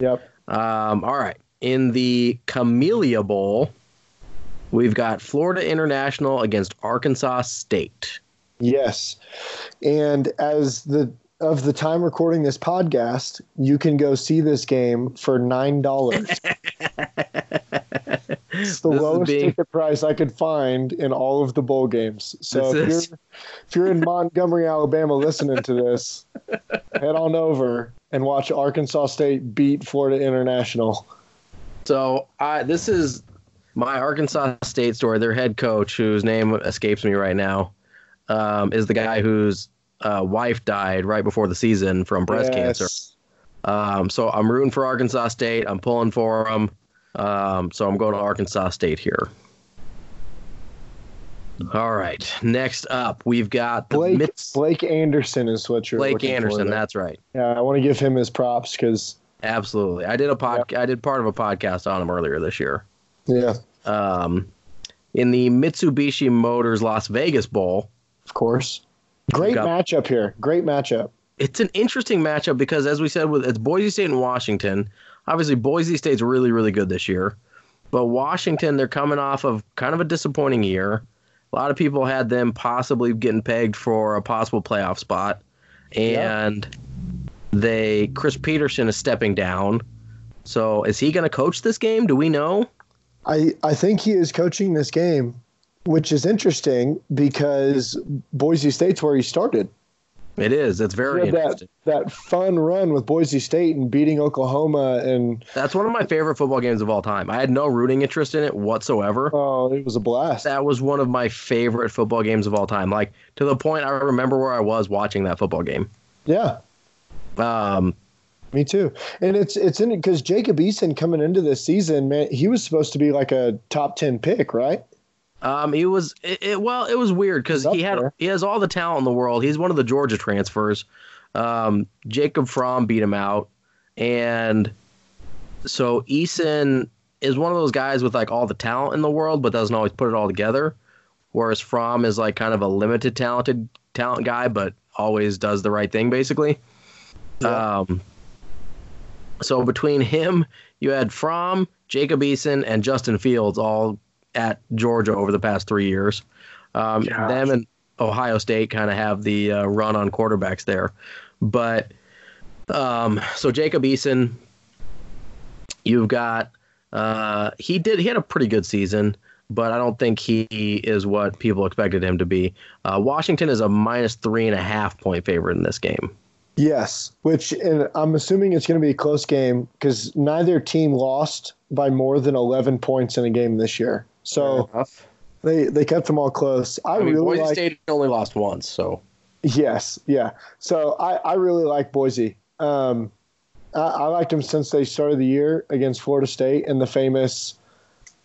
Speaker 2: Yep.
Speaker 1: Um, all right, in the Camellia Bowl, we've got Florida International against Arkansas State.
Speaker 2: Yes. And as the of the time recording this podcast, you can go see this game for nine
Speaker 1: *laughs*
Speaker 2: dollars. it's the
Speaker 1: This is
Speaker 2: lowest
Speaker 1: being-
Speaker 2: ticket price I could find in all of the bowl games. So
Speaker 1: This
Speaker 2: if
Speaker 1: is-
Speaker 2: you're if you're in Montgomery, Alabama, listening to this, head on over and watch Arkansas State beat Florida International.
Speaker 1: So I this is my Arkansas State story. Their head coach, whose name escapes me right now, um, is the guy whose uh, wife died right before the season from breast
Speaker 2: Yes.
Speaker 1: cancer. Um, so I'm rooting for Arkansas State. I'm pulling for them. Um, so I'm going to Arkansas State here. All right. Next up, we've got the
Speaker 2: Blake
Speaker 1: Mits-
Speaker 2: Blake Anderson is what you're
Speaker 1: Blake
Speaker 2: looking for
Speaker 1: Anderson.
Speaker 2: there.
Speaker 1: That's right.
Speaker 2: yeah, I want to give him his props because
Speaker 1: Absolutely. I did a pod- I did part of a podcast on him earlier this year.
Speaker 2: yeah,
Speaker 1: Um, in the Mitsubishi Motors Las Vegas Bowl,
Speaker 2: of course. Great
Speaker 1: got-
Speaker 2: matchup here. Great matchup.
Speaker 1: it's an interesting matchup because as we said with it's Boise State and Washington. Obviously Boise State's really really good this year. But Washington they're coming off of kind of a disappointing year. A lot of people had them possibly getting pegged for a possible playoff spot
Speaker 2: Yeah.
Speaker 1: and they Chris Peterson is stepping down. So is he going to coach this game? Do we know?
Speaker 2: I, I think he is coaching this game, which is interesting because Boise State's where he started.
Speaker 1: It is. It's very
Speaker 2: He had
Speaker 1: interesting.
Speaker 2: that, that fun run with Boise State and beating Oklahoma and
Speaker 1: That's one of my favorite football games of all time. I had no rooting interest in it whatsoever.
Speaker 2: oh it was a blast.
Speaker 1: That was one of my favorite football games of all time. Like to the point I remember where I was watching that football game.
Speaker 2: Yeah,
Speaker 1: Um,
Speaker 2: me too. And it's it's in because Jacob Eason coming into this season, man, he was supposed to be like a top ten pick, right?
Speaker 1: um, it was it, it well, it was weird because
Speaker 2: Up
Speaker 1: he had
Speaker 2: there.
Speaker 1: he has all the talent in the world. He's one of the Georgia transfers. Um, Jacob Fromm beat him out, and so Eason is one of those guys with like all the talent in the world, but doesn't always put it all together. Whereas Fromm is like kind of a limited talented talent guy, but always does the right thing basically.
Speaker 2: Yeah.
Speaker 1: Um, so between him, you had Fromm, Jacob Eason, and Justin Fields all at Georgia over the past three years. Um,
Speaker 2: Gosh.
Speaker 1: them and Ohio State kind of have the uh, run on quarterbacks there, but um, so Jacob Eason, you've got uh, he did he had a pretty good season, but I don't think he is what people expected him to be. Uh, Washington is a minus three and a half point favorite in this game.
Speaker 2: Yes, which and I'm assuming it's going to be a close game because neither team lost by more than 11 points in a game this year. So they they kept them all close. I,
Speaker 1: I mean,
Speaker 2: really
Speaker 1: Boise
Speaker 2: like
Speaker 1: State only lost once, so
Speaker 2: yes, yeah. So I I really like Boise. Um, I, I liked them since they started the year against Florida State and the famous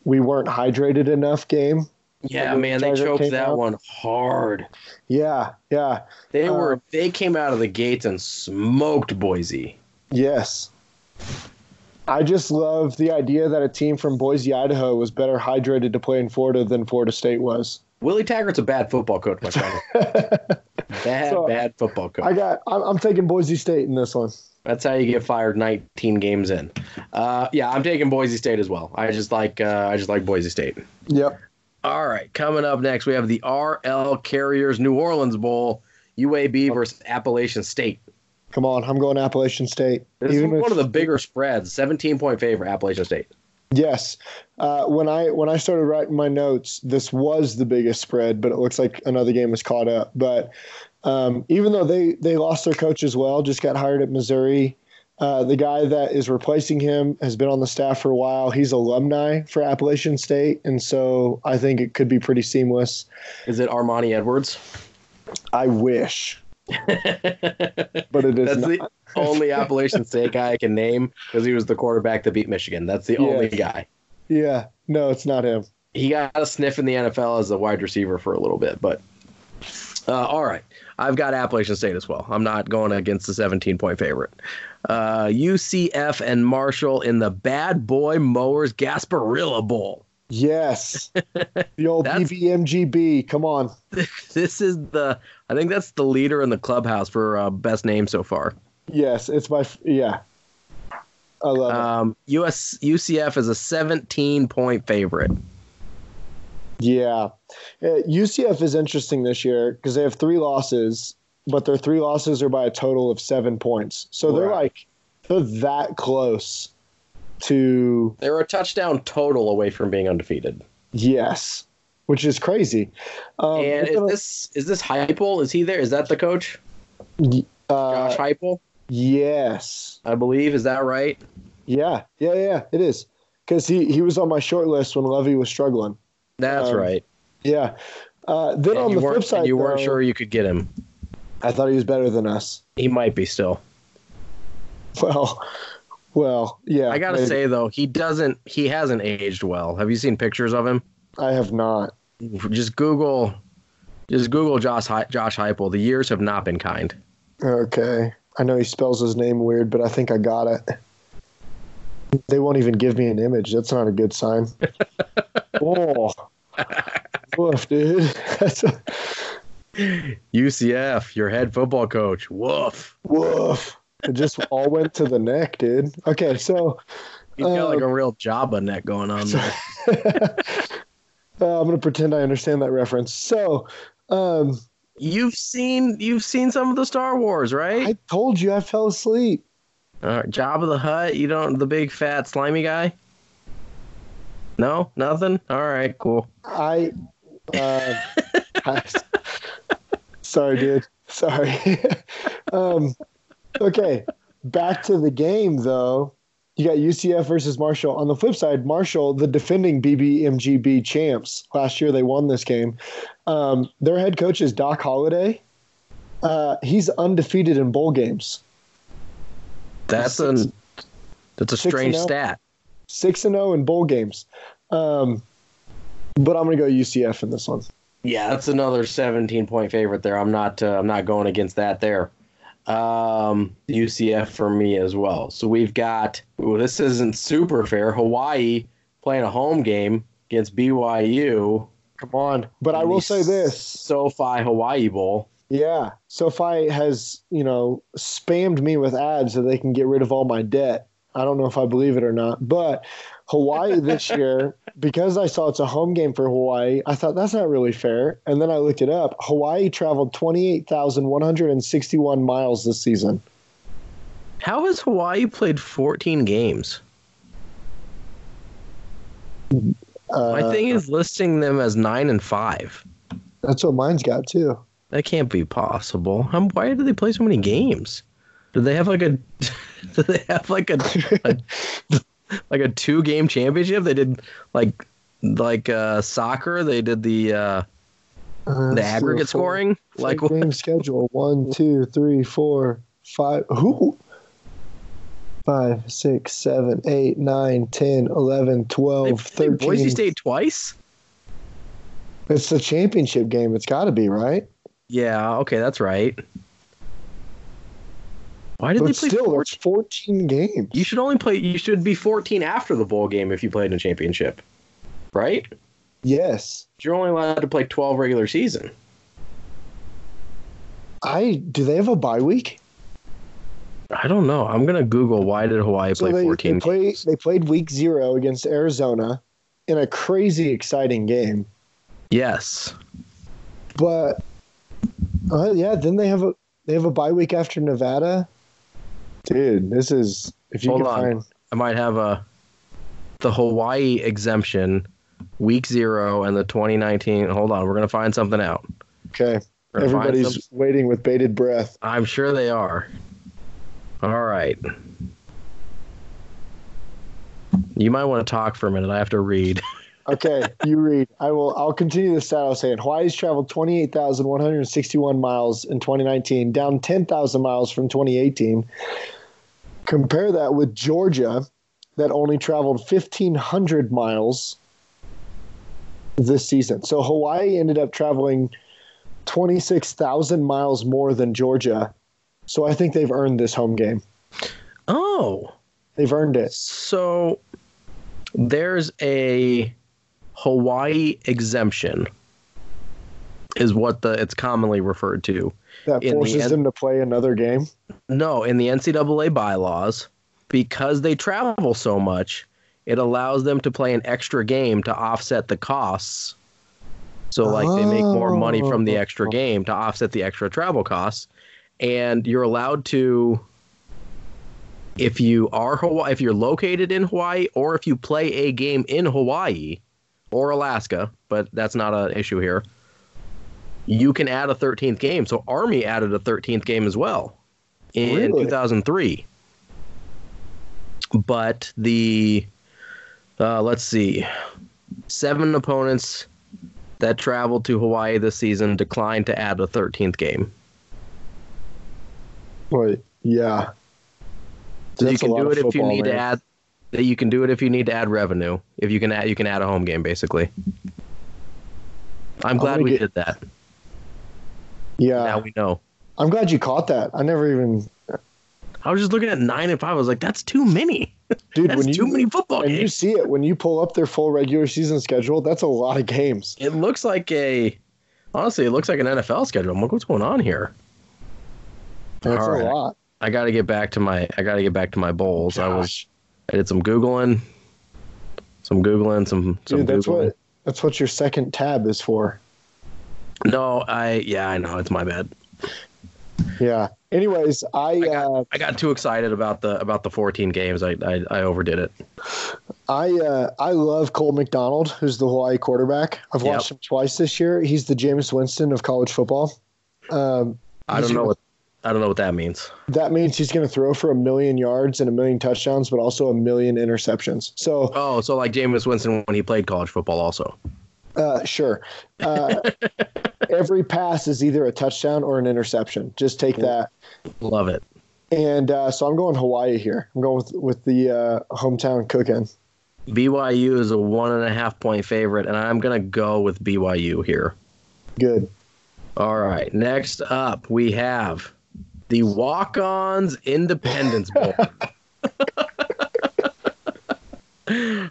Speaker 2: "we weren't hydrated enough" game.
Speaker 1: yeah,
Speaker 2: Like,
Speaker 1: man, they
Speaker 2: Tiger
Speaker 1: choked
Speaker 2: came
Speaker 1: that
Speaker 2: out.
Speaker 1: one hard.
Speaker 2: Yeah, yeah,
Speaker 1: They
Speaker 2: Uh,
Speaker 1: were they came out of the gates and smoked Boise.
Speaker 2: yes. I just love the idea that a team from Boise, Idaho, was better hydrated to play in Florida than Florida State was. *laughs*
Speaker 1: Willie Taggart's a bad football coach, my friend. bad,
Speaker 2: So-
Speaker 1: bad football coach.
Speaker 2: I got. I'm, I'm taking Boise State in this one.
Speaker 1: That's how you get fired 19 games in. Uh, yeah, I'm taking Boise State as well. I just like uh, I just like Boise State.
Speaker 2: Yep.
Speaker 1: All right, coming up next, we have the RL Carriers New Orleans Bowl, UAB versus Appalachian State.
Speaker 2: Come on, I'm going Appalachian State.
Speaker 1: This
Speaker 2: Even
Speaker 1: is
Speaker 2: if-
Speaker 1: one of the bigger spreads, 17 point favor Appalachian State.
Speaker 2: Yes. Uh, when I when I started writing my notes, this was the biggest spread, but it looks like another game was caught up. But um, even though they they lost their coach as well, just got hired at Missouri. Uh, the guy that is replacing him has been on the staff for a while. He's alumni for Appalachian State, and so I think it could be pretty seamless.
Speaker 1: Is it Armani Edwards? *laughs*
Speaker 2: I wish,
Speaker 1: That's
Speaker 2: but it is not.
Speaker 1: the *laughs* only Appalachian State guy I can name because he was the quarterback that beat Michigan. That's the only
Speaker 2: Yes.
Speaker 1: guy.
Speaker 2: yeah, no, it's not him.
Speaker 1: he got a sniff in the NFL as a wide receiver for a little bit, but uh, all right. I've got Appalachian State as well. I'm not going against the 17 point favorite. Uh, UCF and Marshall in the Bad Boy Mowers Gasparilla Bowl. *laughs*
Speaker 2: Yes, the old
Speaker 1: That's-
Speaker 2: BBMGB. Come on.
Speaker 1: This is the, I think that's the leader in the clubhouse for uh, best name so far.
Speaker 2: Yes, it's my f- yeah. I love it.
Speaker 1: Um, US UCF is a 17 point favorite.
Speaker 2: Yeah. Uh, UCF is interesting this year because they have three losses, but their three losses are by a total of seven points. So they're
Speaker 1: Right.
Speaker 2: like, they're that close to
Speaker 1: They're a touchdown total away from being undefeated.
Speaker 2: yes, which is crazy. Um,
Speaker 1: and
Speaker 2: we're gonna-
Speaker 1: is this is this Heupel? Is he there? Is that the coach?
Speaker 2: uh,
Speaker 1: Josh Heupel?
Speaker 2: yes.
Speaker 1: I believe. Is that right?
Speaker 2: Yeah. Yeah. Yeah. It is. Because he, he was on my short list when Levy was struggling.
Speaker 1: That's
Speaker 2: Um,
Speaker 1: right.
Speaker 2: Yeah. Uh, then
Speaker 1: And
Speaker 2: on
Speaker 1: you
Speaker 2: the
Speaker 1: weren't-
Speaker 2: flip
Speaker 1: and
Speaker 2: side,
Speaker 1: you weren't
Speaker 2: though,
Speaker 1: sure you could get him.
Speaker 2: I thought he was better than us.
Speaker 1: He might be still.
Speaker 2: *laughs* Well, well, yeah.
Speaker 1: I gotta
Speaker 2: maybe.
Speaker 1: say though, he doesn't. He hasn't aged well. Have you seen pictures of him?
Speaker 2: I have not.
Speaker 1: Just Google, just Google Josh Hi- Josh Heupel. The years have not been kind.
Speaker 2: Okay. I know he spells his name weird, but I think I got it. They won't even give me an image. That's not a
Speaker 1: *laughs*
Speaker 2: good sign. *laughs* oh. Woof, dude. That's
Speaker 1: UCF, your head football coach. Woof.
Speaker 2: Woof. It just all went to the neck, dude. Okay, so *laughs*
Speaker 1: He's got
Speaker 2: Um,
Speaker 1: like a real Jabba neck going on there.
Speaker 2: uh, I'm gonna pretend I understand that reference. So, um,
Speaker 1: You've seen you've seen some of the Star Wars, right?
Speaker 2: I told you I fell asleep.
Speaker 1: Uh, Jabba the Hutt. You don't the big fat slimy guy. No, nothing. All right, cool.
Speaker 2: I, uh, I *laughs* sorry, dude. Sorry. *laughs* um, okay, back to the game though. You got UCF versus Marshall. On the flip side, Marshall, the defending BBMGB champs, last year they won this game. Um, their head coach is Doc Holliday. Uh, he's undefeated in bowl games.
Speaker 1: That's a that's a
Speaker 2: Six
Speaker 1: strange
Speaker 2: and oh.
Speaker 1: stat.
Speaker 2: six and zero in bowl games. Um, but I'm gonna go UCF in this one.
Speaker 1: Yeah, that's another 17 point favorite there. I'm not uh, I'm not going against that there. Um, UCF for me as well. So we've got ooh, this isn't super fair. Hawaii playing a home game against BYU.
Speaker 2: Come on. But I
Speaker 1: in
Speaker 2: will
Speaker 1: the
Speaker 2: say this.
Speaker 1: SoFi Hawaii Bowl.
Speaker 2: Yeah. SoFi has, you know, spammed me with ads so they can get rid of all my debt. I don't know if I believe it or not, but Hawaii
Speaker 1: *laughs*
Speaker 2: this year, because I saw it's a home game for Hawaii, I thought that's not really fair. And then I looked it up. Hawaii traveled 28,161 miles this season.
Speaker 1: How has Hawaii played 14 games?
Speaker 2: Uh,
Speaker 1: My thing is listing them as 9 and 5.
Speaker 2: that's what mine's got too.
Speaker 1: That can't be possible. How, why do they play so many games? Do they have like a *laughs* do they have like a, a like a two game championship? They did like like uh soccer, they did the uh
Speaker 2: *laughs* Uh,
Speaker 1: the
Speaker 2: let's do a
Speaker 1: aggregate
Speaker 2: full-
Speaker 1: scoring. Like
Speaker 2: Full game schedule one two three four five who five six seven eight nine ten eleven
Speaker 1: *laughs* they
Speaker 2: twelve
Speaker 1: played
Speaker 2: oh, thirteen
Speaker 1: Boise State twice?
Speaker 2: it's the championship game it's got to be right
Speaker 1: Yeah, okay, that's right. Why did
Speaker 2: but
Speaker 1: they play
Speaker 2: still
Speaker 1: 14?
Speaker 2: it's 14 games
Speaker 1: You should only play. You should be 14 after the bowl game if you played in a championship, right?
Speaker 2: yes
Speaker 1: You're only allowed to play 12 regular season.
Speaker 2: i do they have a bye week
Speaker 1: I don't know. I'm gonna Google why did Hawaii play
Speaker 2: they,
Speaker 1: 14?
Speaker 2: they, play,
Speaker 1: games?
Speaker 2: they played week zero against arizona in a crazy exciting game
Speaker 1: Yes.
Speaker 2: but uh, yeah, then they have a they have a bye week after Nevada. Dude, this is if you
Speaker 1: Hold
Speaker 2: can
Speaker 1: on.
Speaker 2: find
Speaker 1: I might have a the Hawaii exemption, week zero, and the 2019. Hold on, we're gonna find something out.
Speaker 2: okay.
Speaker 1: We're gonna find
Speaker 2: Everybody's
Speaker 1: some-
Speaker 2: waiting with bated breath.
Speaker 1: I'm sure they are. All right. You might want to talk for a minute. I have to read. *laughs*
Speaker 2: Okay, you read. I will. I'll continue the stat. I was saying Hawaii's traveled twenty eight thousand one hundred sixty one miles in twenty nineteen, down ten thousand miles from twenty eighteen. Compare that with Georgia, that only traveled fifteen hundred miles this season. So Hawaii ended up traveling twenty six thousand miles more than Georgia. So I think they've earned this home game.
Speaker 1: Oh.
Speaker 2: They've earned it.
Speaker 1: So there's a Hawaii exemption is what the it's commonly referred to.
Speaker 2: That
Speaker 1: In the
Speaker 2: forces
Speaker 1: end-
Speaker 2: them to play another game.
Speaker 1: No, in the NCAA bylaws, because they travel so much, it allows them to play an extra game to offset the costs. So like they make more money from the extra
Speaker 2: Oh.
Speaker 1: game to offset the extra travel costs. And you're allowed to if you are Hawaii, if you're located in Hawaii, or if you play a game in Hawaii or Alaska, but that's not an issue here, you can add a 13th game. So Army added a 13th game as well in
Speaker 2: Really?
Speaker 1: 2003. But the, uh, let's see, seven opponents that traveled to Hawaii this season declined to add a 13th game.
Speaker 2: But yeah.
Speaker 1: So
Speaker 2: That's a
Speaker 1: you can
Speaker 2: lot
Speaker 1: do
Speaker 2: of
Speaker 1: it if you
Speaker 2: football,
Speaker 1: need to
Speaker 2: man.
Speaker 1: add. That you can do it if you need to add revenue. If you can add, you can add a home game basically. I'm glad
Speaker 2: gonna
Speaker 1: we
Speaker 2: get-
Speaker 1: did that.
Speaker 2: Yeah.
Speaker 1: now we know.
Speaker 2: I'm glad you caught that. I never even
Speaker 1: I was just looking at nine and five. I was like, that's too many.
Speaker 2: dude
Speaker 1: That's
Speaker 2: when
Speaker 1: too
Speaker 2: you
Speaker 1: many football
Speaker 2: when you
Speaker 1: games.
Speaker 2: see it when you pull up their full regular season schedule, that's a lot of games.
Speaker 1: It looks like a Honestly, it looks like an NFL schedule. I'm like, what's going on here?
Speaker 2: That's
Speaker 1: All right.
Speaker 2: a lot.
Speaker 1: I got to get back to my I got to get back to my bowls. I was
Speaker 2: Gosh.
Speaker 1: I did some googling, some googling, some some
Speaker 2: Dude, that's
Speaker 1: googling.
Speaker 2: what that's what your second tab is for.
Speaker 1: No, I yeah I know it's my bad.
Speaker 2: Yeah. Anyways, I
Speaker 1: I got,
Speaker 2: uh,
Speaker 1: I got too excited about the about the 14 games. I I, I overdid it.
Speaker 2: I uh, I love Cole McDonald, who's the Hawaii quarterback. I've
Speaker 1: Yep.
Speaker 2: watched him twice this year. He's the James Winston of college football. Um,
Speaker 1: I don't know what I don't know what that means.
Speaker 2: that means he's going to throw for a million yards and a million touchdowns, but also a million interceptions. So,
Speaker 1: Oh, so like Jameis Winston when he played college football also.
Speaker 2: uh, sure,
Speaker 1: *laughs*
Speaker 2: uh, every pass is either a touchdown or an interception. Just take that.
Speaker 1: Love it.
Speaker 2: And uh, so I'm going Hawaii here. I'm going with with the uh, hometown cooking.
Speaker 1: BYU is a one and a half point favorite, and I'm gonna go with BYU here.
Speaker 2: Good.
Speaker 1: All right. Next up, we have the Walk Ons Independence *laughs* Bowl.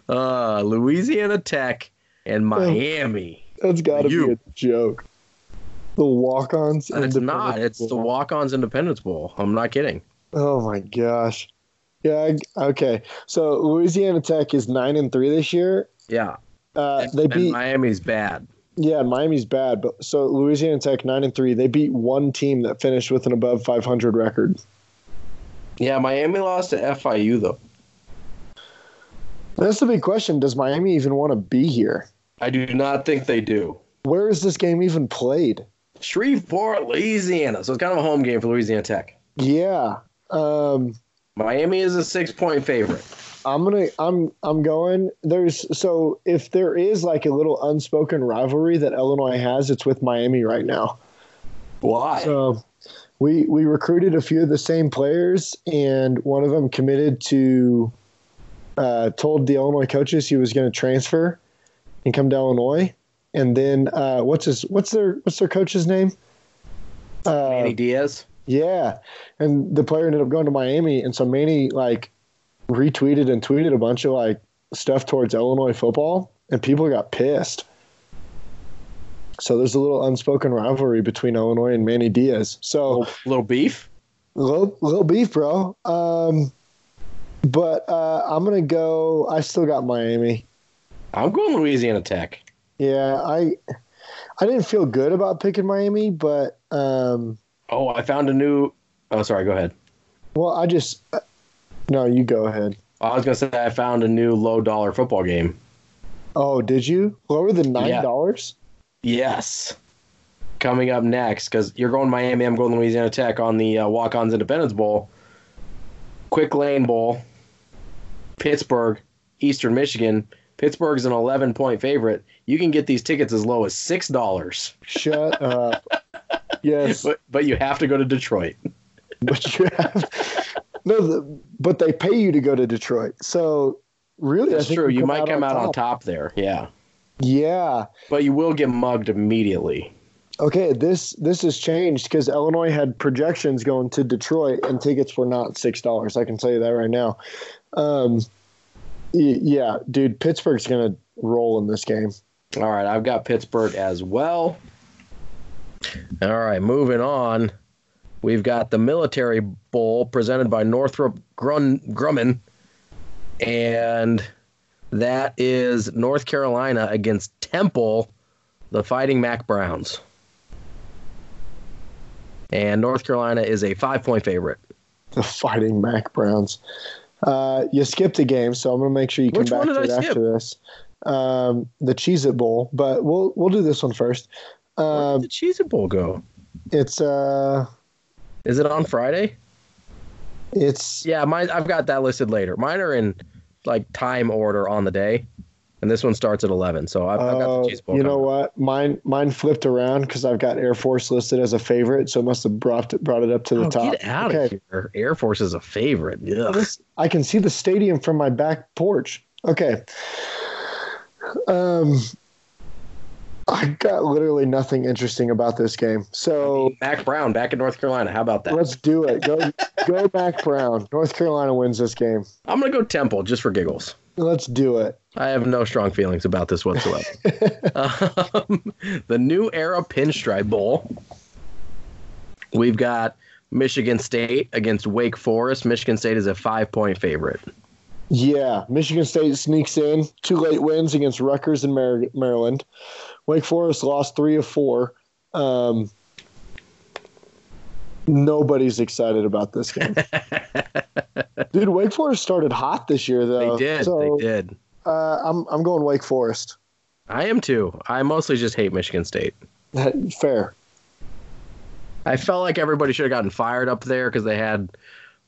Speaker 1: uh, Louisiana Tech and Miami.
Speaker 2: That's got to be
Speaker 1: You.
Speaker 2: a joke. The walk-ons. and
Speaker 1: It's
Speaker 2: the-
Speaker 1: not. It's the Walk Ons Independence Bowl. I'm not kidding.
Speaker 2: Oh my gosh. Yeah. I, okay. So Louisiana Tech is nine and three this year.
Speaker 1: Yeah.
Speaker 2: Uh,
Speaker 1: And-
Speaker 2: they
Speaker 1: and
Speaker 2: beat
Speaker 1: Miami's bad.
Speaker 2: yeah Miami's bad, but so Louisiana Tech nine and three. They beat one team that finished with an above five hundred record.
Speaker 1: Yeah, Miami lost to FIU though.
Speaker 2: That's the big question. Does Miami even want to be here?
Speaker 1: I do not think they do.
Speaker 2: Where is this game even played?
Speaker 1: Shreveport, Louisiana. So it's kind of a home game for Louisiana Tech.
Speaker 2: Yeah. Um,
Speaker 1: Miami is a six point favorite.
Speaker 2: I'm gonna I'm I'm going. There's so if there is like a little unspoken rivalry that Illinois has, it's with Miami right now.
Speaker 1: Why?
Speaker 2: So we we recruited a few of the same players, and one of them committed to uh, told the Illinois coaches he was going to transfer and come to Illinois. And then uh, what's his what's their what's their coach's name? Uh,
Speaker 1: Manny Diaz.
Speaker 2: yeah, and the player ended up going to Miami, and so Manny like retweeted and tweeted a bunch of like stuff towards Illinois football, and people got pissed. So there's a little unspoken rivalry between Illinois and Manny Diaz. So
Speaker 1: Little, little beef.
Speaker 2: little little beef, bro. Um, but uh, I'm gonna go. I still got Miami.
Speaker 1: I'm going Louisiana Tech.
Speaker 2: Yeah, I I didn't feel good about picking Miami, but um,
Speaker 1: Oh, I found a new. Oh, sorry. Go ahead.
Speaker 2: well, I just uh, no. You go ahead.
Speaker 1: I was gonna say I found a new low dollar football game.
Speaker 2: Oh, did you lower than
Speaker 1: Yeah.
Speaker 2: nine dollars?
Speaker 1: Yes. Coming up next, because you're going Miami, I'm going Louisiana Tech on the uh, Walk Ons Independence Bowl, Quick Lane Bowl, Pittsburgh, Eastern Michigan. Pittsburgh's an 11 point favorite. You can get these tickets as low as six dollars, *laughs*
Speaker 2: Shut up. Yes,
Speaker 1: but but you have to go to Detroit.
Speaker 2: but you have *laughs* no. The, but they pay you to go to Detroit, so really, I
Speaker 1: That's
Speaker 2: think
Speaker 1: true. You might come out on top there, yeah.
Speaker 2: Yeah.
Speaker 1: But you will get mugged immediately.
Speaker 2: Okay. This this has changed because Illinois had projections going to Detroit, and tickets were not six dollars. I can tell you that right now. Um, y- yeah, dude, Pittsburgh's gonna roll in this game.
Speaker 1: All right, I've got Pittsburgh as well. All right, moving on. We've got the Military Bowl presented by Northrop Grun- Grumman, and that is North Carolina against Temple, the Fighting Mac Browns. And North Carolina is a five-point favorite.
Speaker 2: The Fighting Mac Browns. Uh, you skipped a game, so I'm gonna make sure you come
Speaker 1: Which
Speaker 2: back
Speaker 1: one
Speaker 2: to
Speaker 1: did
Speaker 2: it
Speaker 1: I skip?
Speaker 2: after this. Um, the Cheez It Bowl, but we'll we'll do this one first.
Speaker 1: Where
Speaker 2: Um,
Speaker 1: did the Cheez It Bowl go?
Speaker 2: it's uh,
Speaker 1: Is it on Friday?
Speaker 2: it's
Speaker 1: Yeah, mine. I've got that listed later. Mine are in like time order on the day, and this one starts at eleven. So I've, I've got
Speaker 2: uh,
Speaker 1: the cheese bowl.
Speaker 2: you know
Speaker 1: coming.
Speaker 2: what? Mine mine flipped around because I've got Air Force listed as a favorite, so it must have brought it, brought it up to the
Speaker 1: Oh,
Speaker 2: top.
Speaker 1: Get out
Speaker 2: Okay.
Speaker 1: of here! Air Force is a favorite. Ugh.
Speaker 2: I can see the stadium from my back porch. Okay. Um, I got literally nothing interesting about this game, so.
Speaker 1: Mac Brown back in North Carolina. How about that?
Speaker 2: Let's do it. Go, go back Brown. North Carolina wins this game.
Speaker 1: I'm gonna go Temple just for giggles.
Speaker 2: Let's do it.
Speaker 1: I have no strong feelings about this
Speaker 2: *laughs*
Speaker 1: whatsoever. um, the New Era Pinstripe Bowl. We've got Michigan State against Wake Forest. Michigan State is a five point favorite.
Speaker 2: Yeah, Michigan State sneaks in two late wins against Rutgers and Mar- Maryland. Wake Forest lost three of four. Um, nobody's excited about
Speaker 1: *laughs*
Speaker 2: this game, dude. Wake Forest started hot this year,
Speaker 1: They
Speaker 2: though.
Speaker 1: did.
Speaker 2: Uh, So,
Speaker 1: they did.
Speaker 2: Uh, I'm I'm going Wake Forest. *laughs*
Speaker 1: I am too. I mostly just hate Michigan State.
Speaker 2: Fair.
Speaker 1: I felt like everybody should have gotten fired up there because they had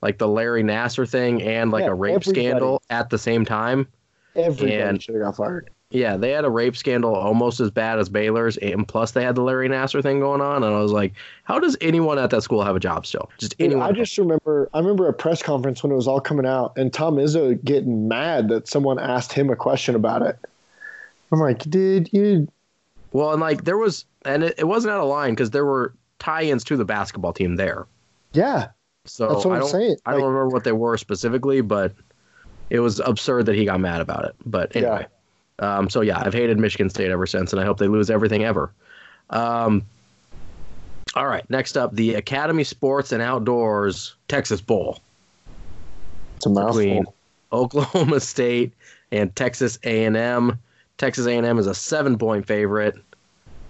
Speaker 1: like the Larry Nasser thing and like
Speaker 2: Yeah,
Speaker 1: a rape
Speaker 2: everybody.
Speaker 1: scandal at the same time.
Speaker 2: Everybody
Speaker 1: And-
Speaker 2: should have got fired.
Speaker 1: Yeah, they had a rape scandal almost as bad as Baylor's, and plus they had the Larry Nasser thing going on. And I was like, how does anyone at that school have a job still? Just
Speaker 2: Dude,
Speaker 1: anyone.
Speaker 2: I just remember I remember a press conference when it was all coming out and Tom Izzo getting mad that someone asked him a question about it. I'm like, dude, you
Speaker 1: well, and like there was, and it, it wasn't out of line because there were tie-ins to the basketball team there.
Speaker 2: yeah,
Speaker 1: So
Speaker 2: that's what
Speaker 1: I
Speaker 2: I'm
Speaker 1: don't,
Speaker 2: saying.
Speaker 1: I don't
Speaker 2: Like,
Speaker 1: remember what they were specifically, but it was absurd that he got mad about it. But anyway, um, so yeah, I've hated Michigan State ever since, and I hope they lose everything ever. Um, all right, next up, the Academy Sports and Outdoors Texas Bowl *laughs*
Speaker 2: it's a mouthful.
Speaker 1: between Oklahoma State and Texas A&M. Texas A&M is a seven-point favorite.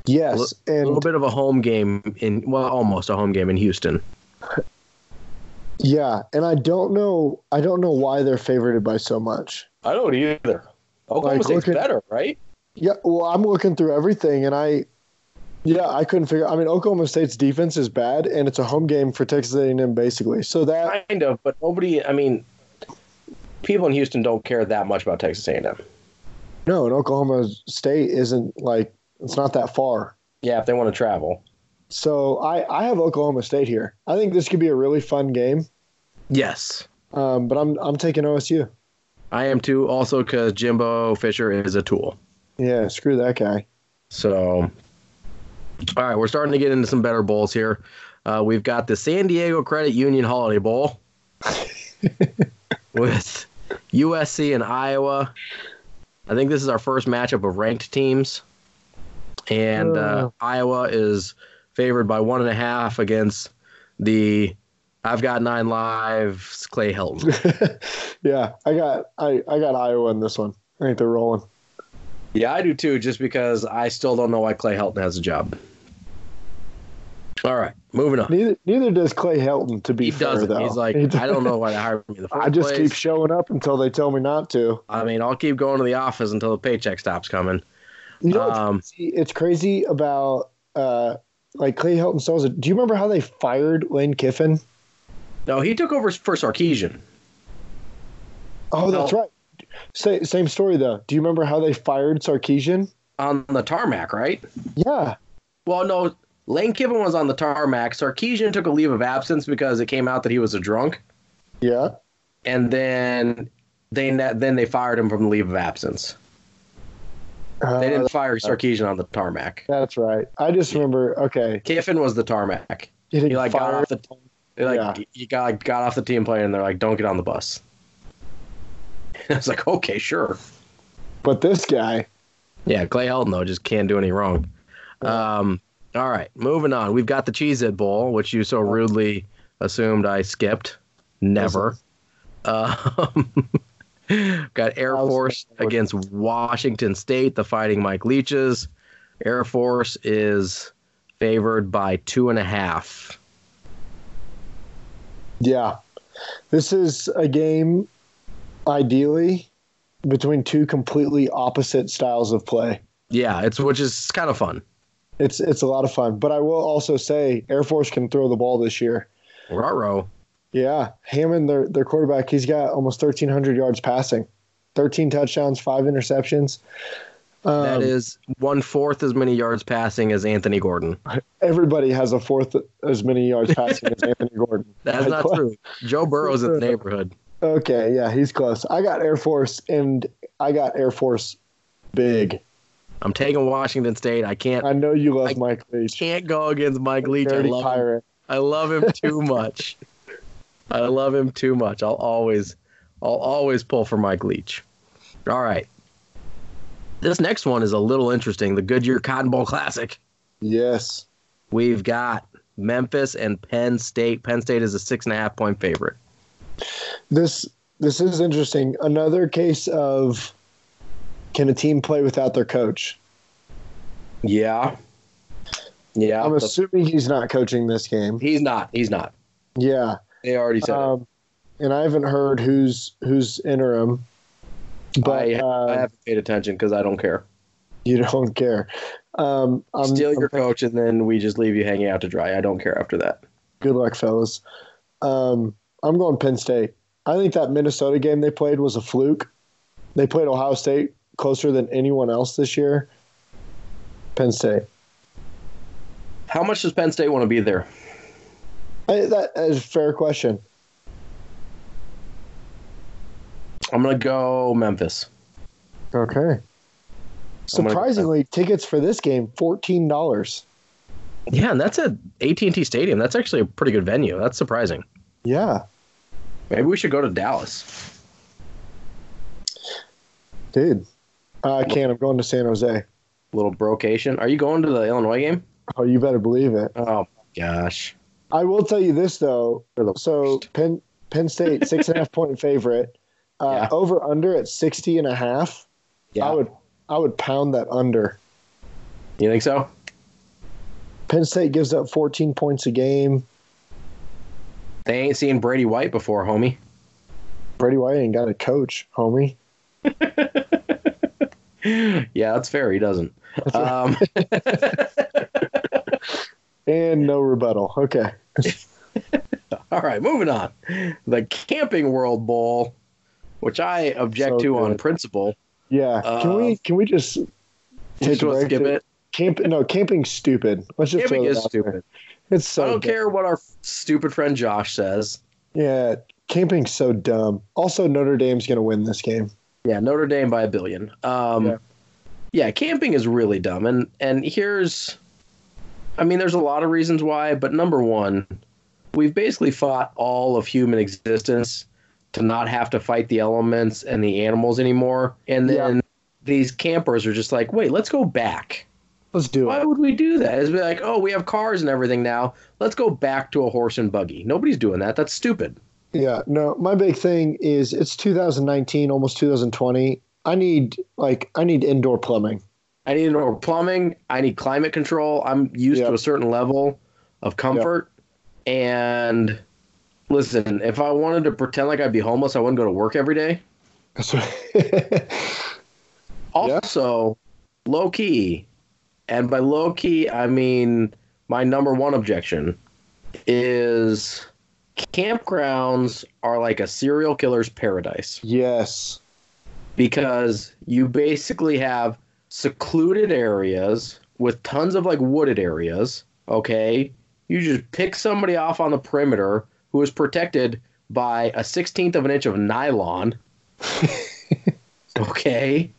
Speaker 2: Yes,
Speaker 1: A little
Speaker 2: and
Speaker 1: bit of a home game in, well, almost a home game in Houston.
Speaker 2: yeah, and I don't know, I don't know why they're favorited by so much.
Speaker 1: I don't either. Oklahoma
Speaker 2: Like, State's look at-
Speaker 1: better, right?
Speaker 2: Yeah, well, I'm looking through everything, and I, yeah, I couldn't figure. I mean, Oklahoma State's defense is bad, and it's a home game for Texas A&M basically. So that
Speaker 1: kind of, but nobody. I mean, people in Houston don't care that much about Texas A&M.
Speaker 2: no, and Oklahoma State isn't like it's not that far.
Speaker 1: Yeah, if they want to travel.
Speaker 2: So I, I have Oklahoma State here. I think this could be a really fun game,
Speaker 1: Yes,
Speaker 2: um, but I'm I'm taking OSU.
Speaker 1: I am too. Also, because Jimbo Fisher is a tool.
Speaker 2: Yeah, screw that guy. *laughs*
Speaker 1: So, all right, we're starting to get into some better bowls here. Uh, we've got the San Diego Credit Union Holiday Bowl with USC and Iowa. I think this is our first matchup of ranked teams, and uh,
Speaker 2: Oh.
Speaker 1: Iowa is favored by one and a half against the I've Got Nine Lives Clay Helton.
Speaker 2: yeah, I got I, I got Iowa in this one. I think they're rolling.
Speaker 1: Yeah, I do too, just because I still don't know why Clay Helton has a job. All right, moving on.
Speaker 2: Neither neither does Clay Helton. To be
Speaker 1: he
Speaker 2: fair,
Speaker 1: doesn't.
Speaker 2: though,
Speaker 1: He's like,
Speaker 2: He
Speaker 1: I don't know why they hired me. In the first
Speaker 2: *laughs* I just
Speaker 1: place.
Speaker 2: keep showing up until they tell me not to.
Speaker 1: I mean, I'll keep going to the office until the paycheck stops coming.
Speaker 2: You know,
Speaker 1: Um,
Speaker 2: it's, crazy, it's crazy about uh, like Clay Helton sells it. Do you remember how they fired Lane Kiffin?
Speaker 1: No, he took over for Sarkeesian.
Speaker 2: Oh,
Speaker 1: No.
Speaker 2: that's right. Sa- same story though. Do you remember how they fired Sarkeesian?
Speaker 1: on the tarmac, right?
Speaker 2: Yeah,
Speaker 1: Well, no, Lane Kiffin was on the tarmac. Sarkeesian took a leave of absence because it came out that he was a drunk,
Speaker 2: yeah.
Speaker 1: and then they then they fired him from the leave of absence.
Speaker 2: Uh,
Speaker 1: They didn't fire Sarkeesian on the tarmac.
Speaker 2: That's right. I just remember. Okay,
Speaker 1: Kiffin was the tarmac.
Speaker 2: getting
Speaker 1: He like got
Speaker 2: fired.
Speaker 1: off the they, like he got like, got off the team plane, and they're like, "Don't get on the bus." *laughs* And I was like, "Okay, sure."
Speaker 2: but this guy,
Speaker 1: Yeah, Clay Helton though just can't do any wrong. Um, all right, moving on. We've got the Cheez It Bowl, which you so rudely assumed I skipped. Never. Um, *laughs* got Air
Speaker 2: I was-
Speaker 1: Force against Washington State, the Fighting Mike Leeches. Air Force is favored by two and a half.
Speaker 2: yeah, this is a game ideally between two completely opposite styles of play.
Speaker 1: Yeah, it's which is kind of fun.
Speaker 2: It's it's a lot of fun. But I will also say, Air Force can throw the ball this year.
Speaker 1: Ruh-roh.
Speaker 2: Yeah, Hammond, their their quarterback, he's got almost thirteen hundred yards passing, thirteen touchdowns, five interceptions. Um,
Speaker 1: That is one fourth as many yards passing as Anthony Gordon.
Speaker 2: everybody has a fourth as many yards passing
Speaker 1: *laughs*
Speaker 2: as Anthony Gordon. *laughs*
Speaker 1: That's not
Speaker 2: Like,
Speaker 1: true. Joe Burrow's in the neighborhood.
Speaker 2: Okay, yeah, he's close. I got Air Force, and I got Air Force big.
Speaker 1: I'm taking Washington State. I can't
Speaker 2: I know you love
Speaker 1: I
Speaker 2: Mike Leach.
Speaker 1: can't go against Mike Leach. I
Speaker 2: Dirty
Speaker 1: love him.
Speaker 2: pirate.
Speaker 1: I love him
Speaker 2: *laughs*
Speaker 1: too much. I love him too much. I'll always I'll always pull for Mike Leach. All right. This next one is a little interesting. The Goodyear Cotton Bowl Classic.
Speaker 2: Yes.
Speaker 1: We've got Memphis and Penn State. Penn State is a six and a half point favorite.
Speaker 2: This this is interesting. Another case of can a team play without their coach?
Speaker 1: Yeah. Yeah.
Speaker 2: I'm
Speaker 1: that's-
Speaker 2: assuming he's not coaching this game.
Speaker 1: he's not. He's not.
Speaker 2: Yeah.
Speaker 1: They already said
Speaker 2: Um, and I haven't heard who's who's interim.
Speaker 1: it.
Speaker 2: But
Speaker 1: I,
Speaker 2: uh,
Speaker 1: I haven't paid attention because I don't care.
Speaker 2: you don't care. Um, I'm,
Speaker 1: Steal
Speaker 2: I'm-
Speaker 1: your coach and then we just leave you hanging out to dry. I don't care after that.
Speaker 2: good luck, fellas. Um, I'm going Penn State. I think that Minnesota game they played was a fluke. They played Ohio State closer than anyone else this year. Penn State.
Speaker 1: How much does Penn State want to be there?
Speaker 2: I, that is a fair question.
Speaker 1: I'm gonna go Memphis.
Speaker 2: Okay. Surprisingly, tickets for this game fourteen dollars.
Speaker 1: Yeah, and that's at AT&T Stadium. That's actually a pretty good venue. That's surprising.
Speaker 2: Yeah,
Speaker 1: Maybe we should go to Dallas.
Speaker 2: dude. I can't. I'm going to San Jose.
Speaker 1: Little brocation. Are you going to the Illinois game?
Speaker 2: Oh, you better believe it.
Speaker 1: Oh gosh.
Speaker 2: I will tell you this though.
Speaker 1: They're the
Speaker 2: So
Speaker 1: worst.
Speaker 2: Penn Penn State six and a half point favorite.
Speaker 1: *laughs*
Speaker 2: Uh,
Speaker 1: Yeah.
Speaker 2: Over under at 60 and a half.
Speaker 1: Yeah.
Speaker 2: I would I would pound that under.
Speaker 1: you think so?
Speaker 2: Penn State gives up 14 points a game.
Speaker 1: They ain't seen Brady White before, homie. *gasps*
Speaker 2: Brady White ain't got a coach, homie.
Speaker 1: Yeah, that's fair. He doesn't. Um,
Speaker 2: And no rebuttal. Okay.
Speaker 1: all right, moving on. The Camping World Bowl, which I object
Speaker 2: So
Speaker 1: to on
Speaker 2: good.
Speaker 1: principle.
Speaker 2: Yeah. can we
Speaker 1: Uh,
Speaker 2: can we just
Speaker 1: Just
Speaker 2: take a
Speaker 1: wanna
Speaker 2: break?
Speaker 1: skip
Speaker 2: to-
Speaker 1: it. *laughs*
Speaker 2: Camp no camping stupid. Let's just
Speaker 1: Camping
Speaker 2: throw that
Speaker 1: is
Speaker 2: out there.
Speaker 1: stupid.
Speaker 2: It's so
Speaker 1: I don't
Speaker 2: dumb.
Speaker 1: care what our stupid friend Josh says.
Speaker 2: Yeah, camping's so dumb. Also, Notre Dame's gonna win this game.
Speaker 1: Yeah, Notre Dame by a billion. Um,
Speaker 2: Yeah.
Speaker 1: yeah. camping is really dumb, and and here's, I mean, there's a lot of reasons why, but number one, we've basically fought all of human existence to not have to fight the elements and the animals anymore, and then these campers are just like, wait, let's go back.
Speaker 2: Let's do
Speaker 1: Why
Speaker 2: it.
Speaker 1: would we do that? It's be like, oh, we have cars and everything now. Let's go back to a horse and buggy. Nobody's doing that. That's stupid.
Speaker 2: Yeah, no, my big thing is it's 2019, almost 2020. I need like I need indoor plumbing. *laughs*
Speaker 1: I need indoor plumbing. I need climate control. I'm used
Speaker 2: Yep.
Speaker 1: to a certain level of comfort. And listen, if I wanted to pretend like I'd be homeless, I wouldn't go to work every day.
Speaker 2: That's
Speaker 1: Also, low key, and by low key, I mean my number one objection is campgrounds are like a serial killer's paradise.
Speaker 2: yes.
Speaker 1: because you basically have secluded areas with tons of like wooded areas. Okay, you just pick somebody off on the perimeter who is protected by a sixteenth of an inch of nylon. okay,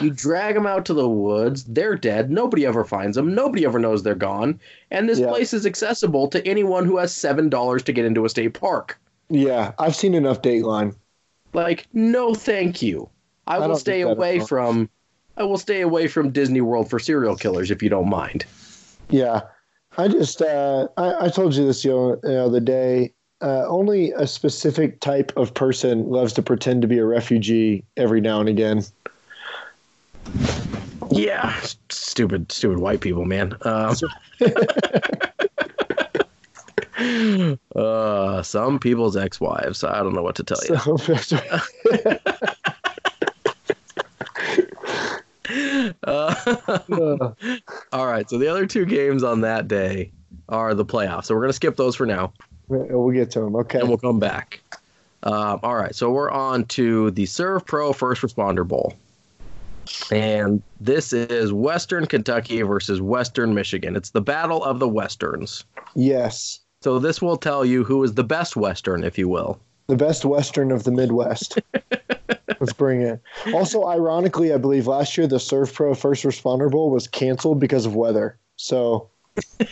Speaker 1: you drag them out to the woods. They're dead. Nobody ever finds them. Nobody ever knows they're gone. And this
Speaker 2: Yeah.
Speaker 1: place is accessible to anyone who has seven dollars to get into a state park.
Speaker 2: Yeah, I've seen enough Dateline.
Speaker 1: Like, no, thank you. I,
Speaker 2: I
Speaker 1: will
Speaker 2: don't
Speaker 1: stay
Speaker 2: think that
Speaker 1: away
Speaker 2: at all.
Speaker 1: from. I will stay away from Disney World for serial killers if you don't mind.
Speaker 2: Yeah, I just uh, I, I told you this the o- the other day. Uh, only a specific type of person loves to pretend to be a refugee every now and again.
Speaker 1: Yeah, s- stupid, stupid white people, man. *laughs* Um, uh, some people's ex-wives. I don't know what to tell you.
Speaker 2: So *laughs* that's right.
Speaker 1: *laughs* Uh, *laughs*
Speaker 2: Uh,
Speaker 1: all right. So the other two games on that day are the playoffs. So we're gonna skip those for now.
Speaker 2: we'll get to him. Okay.
Speaker 1: and we'll come back. Um, all right, so we're on to the Serve Pro First Responder Bowl, and this is Western Kentucky versus Western Michigan. It's the battle of the westerns.
Speaker 2: Yes,
Speaker 1: So this will tell you who is the best western, if you will.
Speaker 2: the best Western of
Speaker 1: *laughs*
Speaker 2: the Midwest. Let's bring it. Also, ironically, I believe last year the Surf Pro First Responder Bowl was canceled because of weather. So
Speaker 1: I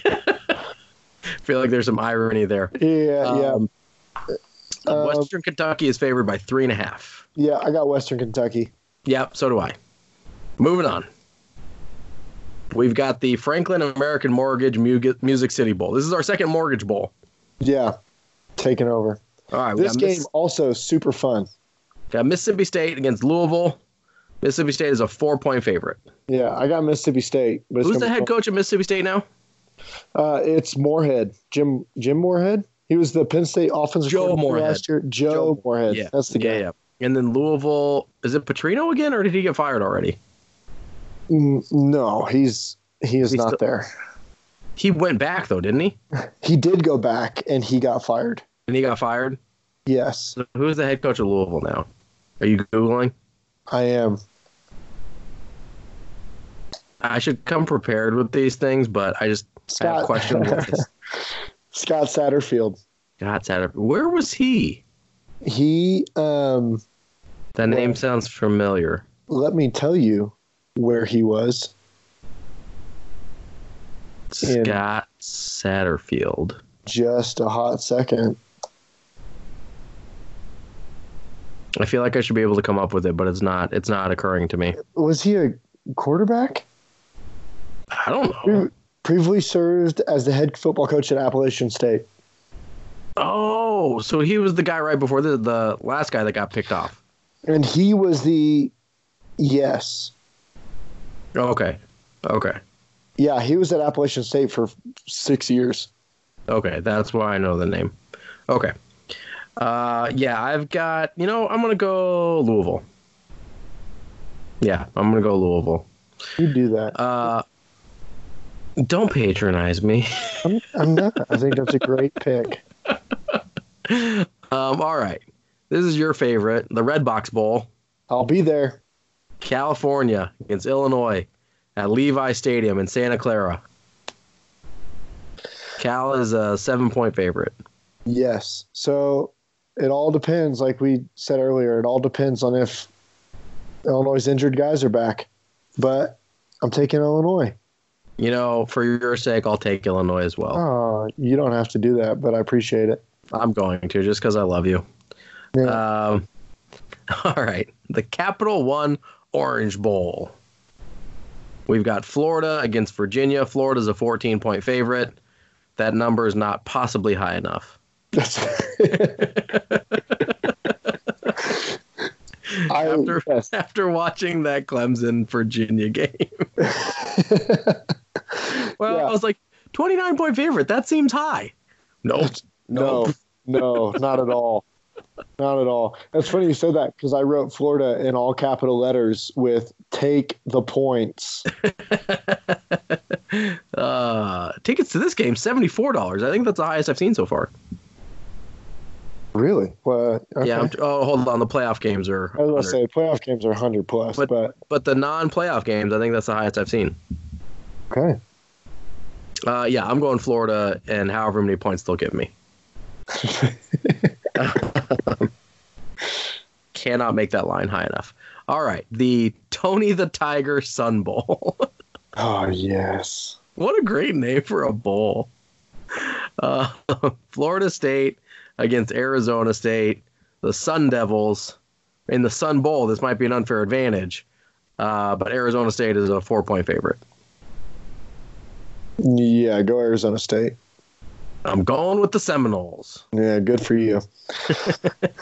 Speaker 1: feel like there's some irony there.
Speaker 2: yeah,
Speaker 1: Um,
Speaker 2: yeah, Um,
Speaker 1: Western Kentucky is favored by three and a half.
Speaker 2: yeah. I got Western Kentucky.
Speaker 1: Yep, so do I. Moving on. We've got the Franklin American Mortgage Mu- Music City Bowl. This is our second mortgage bowl.
Speaker 2: Yeah, taking over.
Speaker 1: All right, we
Speaker 2: This
Speaker 1: got
Speaker 2: game
Speaker 1: Miss-
Speaker 2: also super fun.
Speaker 1: got Mississippi State against Louisville. Mississippi State is a four point favorite.
Speaker 2: Yeah, I got Mississippi State, but it's
Speaker 1: Who's
Speaker 2: gonna
Speaker 1: the
Speaker 2: be
Speaker 1: head coach of Mississippi State now?
Speaker 2: fun. Uh, it's Moorhead, Jim Jim Moorhead. He was the Penn State offensive
Speaker 1: Joe
Speaker 2: coordinator
Speaker 1: Moorhead.
Speaker 2: last year. Joe,
Speaker 1: Joe-
Speaker 2: Moorhead.
Speaker 1: yeah.
Speaker 2: That's the guy.
Speaker 1: yeah. And then Louisville, is it Petrino again, or did he get fired already?
Speaker 2: Mm, No, he's he is
Speaker 1: He's
Speaker 2: not
Speaker 1: still-
Speaker 2: there.
Speaker 1: He went back though, didn't he?
Speaker 2: He did go back and he got fired.
Speaker 1: And he got fired.
Speaker 2: Yes,
Speaker 1: So who's the head coach of Louisville now? Are you googling?
Speaker 2: I am.
Speaker 1: I should come prepared with these things, but I just I have
Speaker 2: Scott- *laughs*
Speaker 1: questions. with this.
Speaker 2: Scott Satterfield.
Speaker 1: God, Saturday. Where was he?
Speaker 2: He um
Speaker 1: That
Speaker 2: Well-
Speaker 1: name sounds familiar.
Speaker 2: let me tell you where he was. In-
Speaker 1: Scott Satterfield.
Speaker 2: Just a hot second.
Speaker 1: I feel like I should be able to come up with it, but it's not. It's not occurring to me.
Speaker 2: Was he a quarterback?
Speaker 1: I don't know.
Speaker 2: Pre- previously served as the head football coach at Appalachian State.
Speaker 1: Oh, so he was the guy right before the the last guy that got picked off.
Speaker 2: And he was the yes.
Speaker 1: Okay, okay,
Speaker 2: Yeah, he was at Appalachian State for six years.
Speaker 1: okay. That's why I know the name. Okay. Uh, yeah, I've got. You know, I'm gonna go Louisville. Yeah, I'm gonna go Louisville.
Speaker 2: You do that.
Speaker 1: Uh, don't patronize me. *laughs*
Speaker 2: I'm, I'm not. I think that's a great *laughs* pick.
Speaker 1: Um, all right. This is your favorite, the Red Box Bowl,
Speaker 2: I'll be there.
Speaker 1: California against Illinois at Levi Stadium in Santa Clara. Cal is a seven point favorite.
Speaker 2: Yes. So it all depends, like we said earlier, it all depends on if Illinois' injured guys are back. But I'm taking Illinois.
Speaker 1: You know, for your sake, I'll take Illinois as well.
Speaker 2: Oh, you don't have to do that, but I appreciate it.
Speaker 1: I'm going to just because I love you.
Speaker 2: Yeah.
Speaker 1: Um, *laughs* all right. The Capital One Orange Bowl. We've got Florida against Virginia. Florida's a 14 point favorite. That number is not possibly high enough.
Speaker 2: That's *laughs* I,
Speaker 1: After-
Speaker 2: yes.
Speaker 1: *laughs* After watching that Clemson Virginia *laughs* game, well,
Speaker 2: Yeah.
Speaker 1: I was like, 29 point favorite. That seems high. Nope.
Speaker 2: no, no, not at all. Not at all. That's funny you said that because I wrote Florida in all capital letters with take the points.
Speaker 1: Uh, tickets to this game, $74. I think that's the highest I've seen so far.
Speaker 2: Really? What? Okay.
Speaker 1: Yeah. I'm, oh, hold on. The playoff games are.
Speaker 2: I was going
Speaker 1: 100.
Speaker 2: to say playoff games are 100 plus,
Speaker 1: But-
Speaker 2: but,
Speaker 1: But the non playoff games, I think that's the highest I've seen.
Speaker 2: okay.
Speaker 1: Uh, yeah, I'm going Florida and however many points they'll give me. Cannot make that line high enough. All right. The Tony the Tiger Sun Bowl. *laughs*
Speaker 2: Oh, yes.
Speaker 1: What a great name for a bowl. Uh, *laughs* Florida State against Arizona State, the Sun Devils in the Sun Bowl. This might be an unfair advantage, uh, but Arizona State is a four point favorite.
Speaker 2: Yeah, go Arizona State.
Speaker 1: I'm going with the Seminoles.
Speaker 2: Yeah, good for you.
Speaker 1: I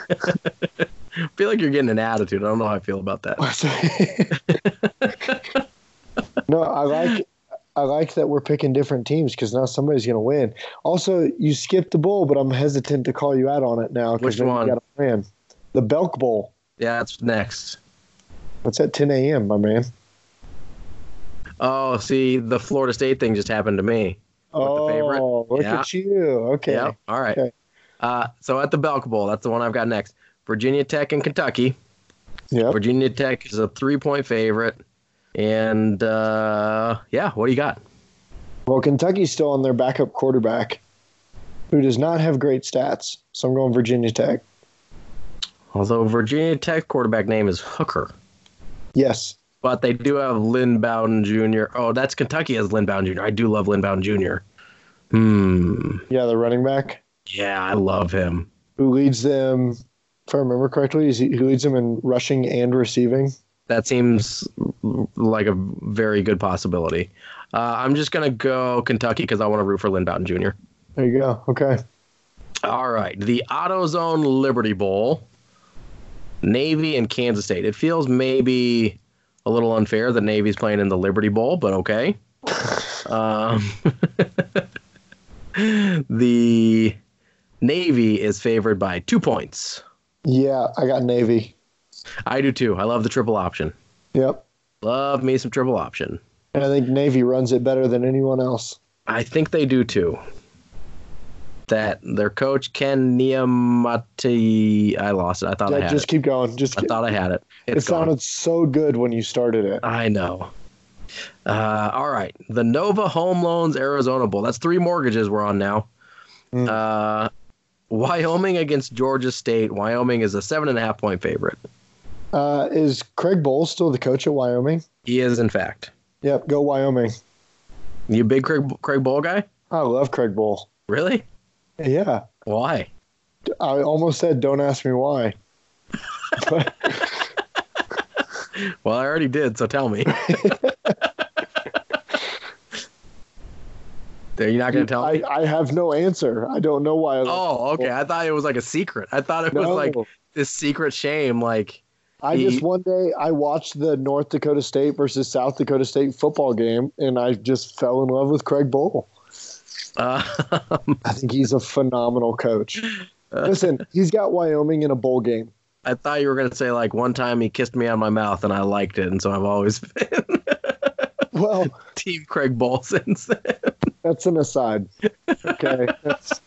Speaker 1: feel like you're getting an attitude. I don't know how I feel about that.
Speaker 2: no, I like I like that we're picking different teams because now somebody's going to win. Also, you skipped the bowl, but I'm hesitant to call you out on it now. 'cause
Speaker 1: Which
Speaker 2: then
Speaker 1: one?
Speaker 2: You got a plan. The Belk Bowl.
Speaker 1: Yeah, that's next.
Speaker 2: That's at 10 a.m., my man.
Speaker 1: Oh, see, the Florida State thing just happened to me.
Speaker 2: oh,
Speaker 1: the favorite?
Speaker 2: look
Speaker 1: Yeah.
Speaker 2: at you. Okay.
Speaker 1: Yeah. All right.
Speaker 2: Okay.
Speaker 1: Uh, so at the Belk Bowl, that's the one I've got next. Virginia Tech and Kentucky.
Speaker 2: Yep.
Speaker 1: Virginia Tech is a three point favorite. And uh, yeah, what do you got?
Speaker 2: Well, Kentucky's still on their backup quarterback, who does not have great stats. So I'm going Virginia Tech.
Speaker 1: Although Virginia Tech quarterback name is Hooker,
Speaker 2: Yes.
Speaker 1: but they do have Lynn Bowden Jr. Oh, that's Kentucky has Lynn Bowden Jr. I do love Lynn Bowden Jr. Hmm.
Speaker 2: Yeah, the running back
Speaker 1: Yeah, I love him.
Speaker 2: who leads them, if I remember correctly, is he, who leads them in rushing and receiving.
Speaker 1: That seems like a very good possibility. Uh, I'm just going to go Kentucky because I want to root for Lynn Bowden Jr.
Speaker 2: There you go. Okay.
Speaker 1: All right. The AutoZone Liberty Bowl, Navy and Kansas State. It feels maybe a little unfair that Navy's playing in the Liberty Bowl, but okay. Um, *laughs* the Navy is favored by two points.
Speaker 2: Yeah, I got Navy.
Speaker 1: I do too. I love the triple option.
Speaker 2: Yep.
Speaker 1: Love me some triple option.
Speaker 2: And I think Navy runs it better than anyone else.
Speaker 1: I think they do too. That their coach Ken Niemati. I lost it. I thought I
Speaker 2: Yeah,
Speaker 1: had
Speaker 2: just
Speaker 1: it.
Speaker 2: keep going. Just
Speaker 1: I
Speaker 2: keep-
Speaker 1: thought I had it.
Speaker 2: it
Speaker 1: It's gone.
Speaker 2: sounded so good when you started it.
Speaker 1: I know. Uh, all right, the Nova Home Loans Arizona Bowl. That's three mortgages we're on now.
Speaker 2: Mm.
Speaker 1: Uh, Wyoming against Georgia State. Wyoming is a seven and a half point favorite.
Speaker 2: Uh, is Craig Bowles still the coach at Wyoming?
Speaker 1: He is, in fact.
Speaker 2: Yep, go Wyoming.
Speaker 1: You a big Craig, Craig Bowl guy?
Speaker 2: I love Craig Bowl.
Speaker 1: Really?
Speaker 2: Yeah,
Speaker 1: Why?
Speaker 2: I almost said don't ask
Speaker 1: *laughs*
Speaker 2: me why. But
Speaker 1: Well, I already did, so tell
Speaker 2: *laughs*
Speaker 1: me. Are you not going to tell me?
Speaker 2: *laughs* I, I have no answer. I don't know why. I love
Speaker 1: Oh, okay. I thought it was like a secret. I thought it was
Speaker 2: No.
Speaker 1: like this secret shame. Like,
Speaker 2: I
Speaker 1: he-
Speaker 2: just one day I watched the North Dakota State versus South Dakota State football game, and I just fell in love with Craig Bowl.
Speaker 1: uh, *laughs*
Speaker 2: I think he's a phenomenal coach.
Speaker 1: Uh.
Speaker 2: Listen, he's got Wyoming in a bowl game.
Speaker 1: I thought you were going to say like one time he kissed me on my mouth and I liked it, and so I've always *laughs* been *laughs*
Speaker 2: Well,
Speaker 1: Team Craig Ball since
Speaker 2: *laughs*
Speaker 1: then.
Speaker 2: that's an aside. Okay. That's,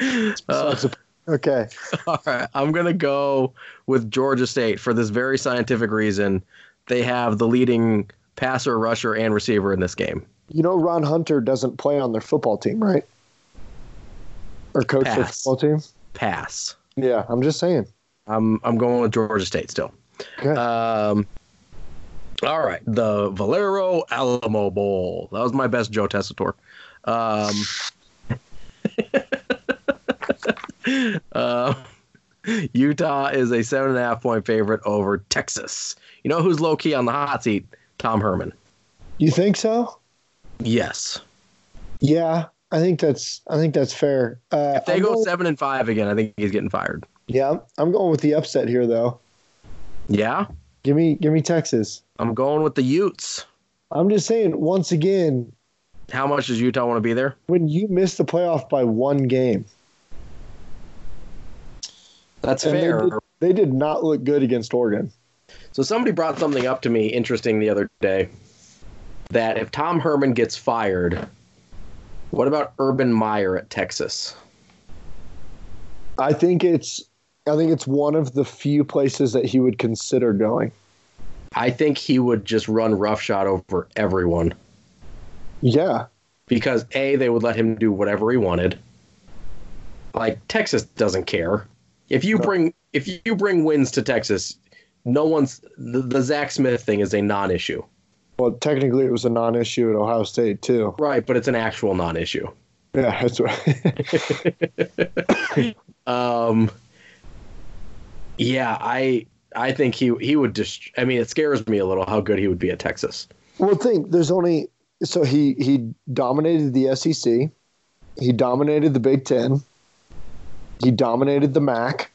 Speaker 1: Uh,
Speaker 2: that's a- okay.
Speaker 1: all right, I'm going to go with Georgia State for this very scientific reason. They have the leading passer, rusher, and receiver in this game.
Speaker 2: You know, Ron Hunter doesn't play on their football team, right? Or coach their
Speaker 1: Pass.
Speaker 2: football team?
Speaker 1: Pass.
Speaker 2: Yeah, I'm just saying.
Speaker 1: I'm I'm going with Georgia State still.
Speaker 2: Okay.
Speaker 1: Um, all right, the Valero Alamo Bowl. That was my best Joe Tessitore. *laughs* Um, uh, Utah is a seven and a half point favorite over Texas. You know who's low key on the hot seat? Tom Herman.
Speaker 2: You think so?
Speaker 1: Yes.
Speaker 2: Yeah, I think that's I think that's fair. Uh,
Speaker 1: If they
Speaker 2: I'm
Speaker 1: go
Speaker 2: going-
Speaker 1: seven and five again, I think he's getting fired.
Speaker 2: yeah, I'm going with the upset here though.
Speaker 1: Yeah,
Speaker 2: Give me give me Texas.
Speaker 1: I'm going with the Utes.
Speaker 2: I'm just saying once again,
Speaker 1: How much does Utah want to be there?
Speaker 2: when you miss the playoff by one game,
Speaker 1: That's
Speaker 2: And they
Speaker 1: fair.
Speaker 2: did- they did not look good against Oregon.
Speaker 1: So somebody brought something up to me interesting the other day that if Tom Herman gets fired, what about Urban Meyer at Texas?
Speaker 2: I think it's I think it's one of the few places that he would consider going.
Speaker 1: I think he would just run roughshod over everyone
Speaker 2: Yeah.
Speaker 1: because A, they would let him do whatever he wanted. Like Texas doesn't care. If you
Speaker 2: No.
Speaker 1: bring if you bring wins to Texas, no one's the, the Zach Smith thing is a non-issue.
Speaker 2: Well, technically it was a non-issue at Ohio State too.
Speaker 1: Right, but it's an actual non-issue.
Speaker 2: Yeah, that's right.
Speaker 1: Um, yeah, I I think he he would just. I mean, it scares me a little how good he would be at Texas.
Speaker 2: *laughs* well, think there's only so he he dominated the SEC, he dominated the Big 10, he dominated the MAC.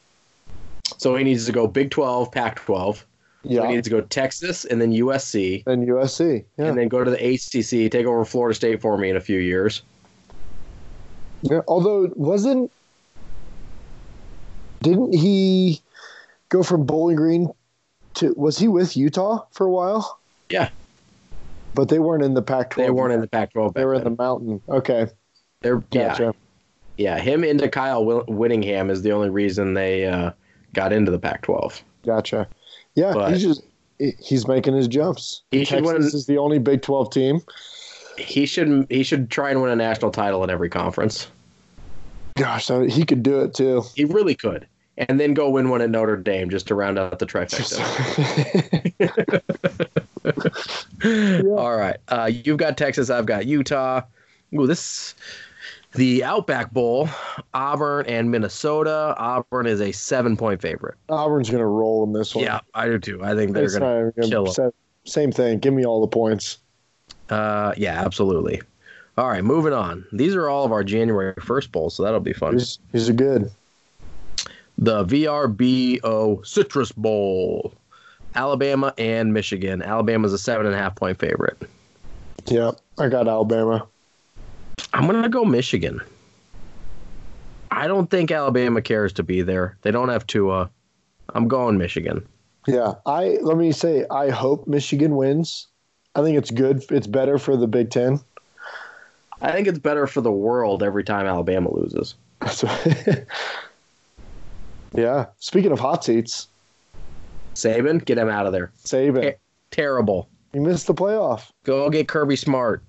Speaker 1: So he needs to go Big Twelve, Pac twelve. He
Speaker 2: Yeah.
Speaker 1: needs to go Texas and then USC,
Speaker 2: And USC. Yeah.
Speaker 1: and then go to the ACC. Take over Florida State for me in a few years.
Speaker 2: Yeah, although wasn't didn't he go from Bowling Green to was he with Utah for a while?
Speaker 1: Yeah.
Speaker 2: But they weren't in the Pac-12.
Speaker 1: They weren't in the Pac twelve.
Speaker 2: They were in the Mountain. Okay,
Speaker 1: They're,
Speaker 2: gotcha.
Speaker 1: Yeah, yeah. Him into Kyle Wil- Whittingham is the only reason they uh, got into the Pac twelve.
Speaker 2: Gotcha. Yeah,
Speaker 1: But-
Speaker 2: he's just he- he's making his jumps.
Speaker 1: He should
Speaker 2: Texas
Speaker 1: win-
Speaker 2: is the only Big 12 team.
Speaker 1: He should he should try and win a national title in every conference.
Speaker 2: Gosh, I- he could do it too.
Speaker 1: He really could. And then go win one at Notre Dame just to round out the *laughs* trifecta. All right. Uh, you've got Texas. I've got Utah. Ooh, this The Outback Bowl, Auburn and Minnesota. Auburn is a seven point favorite.
Speaker 2: *laughs* Auburn's going to roll in this one.
Speaker 1: Yeah, I do too. I think they're
Speaker 2: It's
Speaker 1: going
Speaker 2: not even
Speaker 1: to
Speaker 2: gonna-
Speaker 1: kill 'em.
Speaker 2: sa- Same thing. Give me all the points.
Speaker 1: Uh, yeah, absolutely. All right, moving on. These are all of our January 1st bowls, so that'll be fun.
Speaker 2: These, these are good.
Speaker 1: The VRBO Citrus Bowl, Alabama and Michigan. Alabama's a seven and a half point favorite.
Speaker 2: Yep. I got Alabama.
Speaker 1: I'm going to go Michigan. I don't think Alabama cares to be there. They don't have Tua. I'm going Michigan.
Speaker 2: Yeah. I let me say I hope Michigan wins. I think it's good. It's better for the Big Ten.
Speaker 1: I think it's better for the world every time Alabama loses.
Speaker 2: So- *laughs* yeah. Speaking of hot seats,
Speaker 1: Saban, get him out of there.
Speaker 2: Saban.
Speaker 1: Okay. Terrible.
Speaker 2: He missed the playoff.
Speaker 1: Go get Kirby Smart.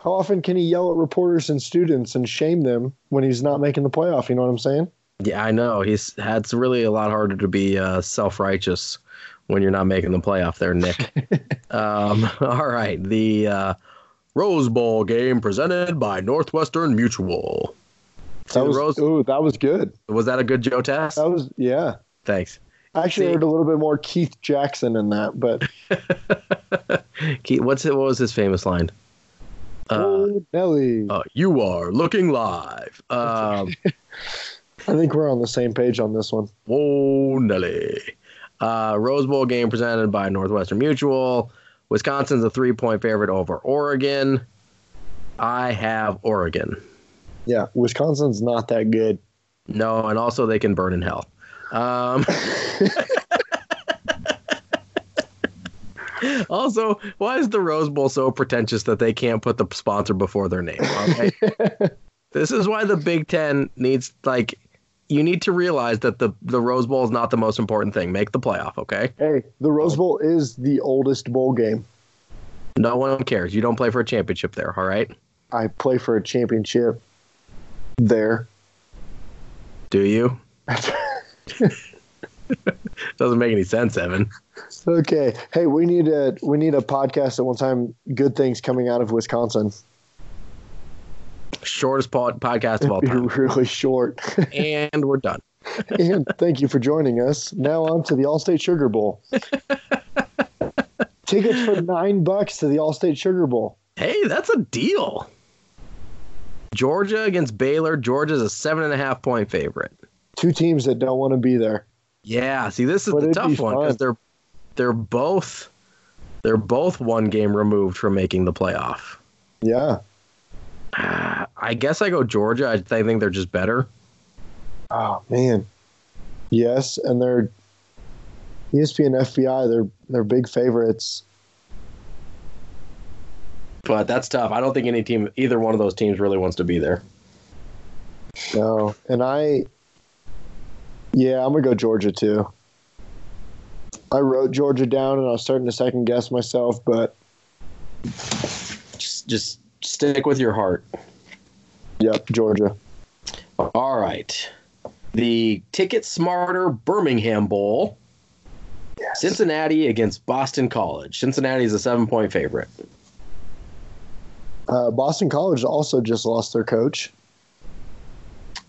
Speaker 2: How often can he yell at reporters and students and shame them when he's not making the playoff? You know what I'm saying?
Speaker 1: Yeah, I know. He's it's really a lot harder to be uh, self righteous when you're not making the playoff there, *laughs* Nick. um, *laughs* all right, the uh, Rose Bowl game presented by Northwestern Mutual. See
Speaker 2: That
Speaker 1: the
Speaker 2: was
Speaker 1: Rose-
Speaker 2: ooh, that was good.
Speaker 1: was that a good Joe test?
Speaker 2: That was yeah.
Speaker 1: Thanks.
Speaker 2: I actually
Speaker 1: See-
Speaker 2: heard a little bit more Keith Jackson in that, but
Speaker 1: Keith, what's it, what was his famous line? Uh,
Speaker 2: oh, Nelly.
Speaker 1: uh, you are looking live. Um,
Speaker 2: I think we're on the same page on this one.
Speaker 1: Whoa, Nelly. Uh, Rose Bowl game presented by Northwestern Mutual. Wisconsin's a three point favorite over Oregon. I have Oregon.
Speaker 2: Yeah, Wisconsin's not that good.
Speaker 1: No, and also they can burn in hell. Um, also, why is the Rose Bowl so pretentious that they can't put the sponsor before their name? Okay? this is why the Big Ten needs, like, you need to realize that the, the Rose Bowl is not the most important thing. Make the playoff, okay?
Speaker 2: Hey, the Rose Bowl is the oldest bowl game.
Speaker 1: No one cares. You don't play for a championship there, all right?
Speaker 2: I play for a championship there. *laughs*
Speaker 1: Do you? Doesn't make any sense, Evan.
Speaker 2: okay. Hey, we need a we need a podcast at one time. Good things coming out of Wisconsin. *laughs*
Speaker 1: Shortest pod- podcast of all
Speaker 2: You're *laughs*
Speaker 1: time.
Speaker 2: really short.
Speaker 1: and we're done.
Speaker 2: and thank you for joining us. Now on to the Allstate Sugar Bowl. Tickets for nine bucks to the Allstate Sugar Bowl.
Speaker 1: Hey, that's a deal. Georgia against Baylor. Georgia's a seven and a half point favorite.
Speaker 2: Two teams that don't want to be there.
Speaker 1: Yeah, see, this is
Speaker 2: But
Speaker 1: the
Speaker 2: it'd be
Speaker 1: tough one because
Speaker 2: fun.
Speaker 1: they're they're both they're both one game removed from making the playoff.
Speaker 2: Yeah.
Speaker 1: Ah, I guess I go Georgia. I, I think they're just better.
Speaker 2: Oh man. Yes, and they're E ESPN and FBI. They're they're big favorites.
Speaker 1: But that's tough. I don't think any team, either one of those teams, really wants to be there.
Speaker 2: No, and I. Yeah, I'm gonna go Georgia too. I wrote Georgia down, and I was starting to second guess myself, but
Speaker 1: Just, just stick with your heart.
Speaker 2: yep, Georgia.
Speaker 1: All right. The Ticket Smarter Birmingham Bowl. Cincinnati against Boston College. Cincinnati is a seven point favorite.
Speaker 2: Uh, Boston College also just lost their coach.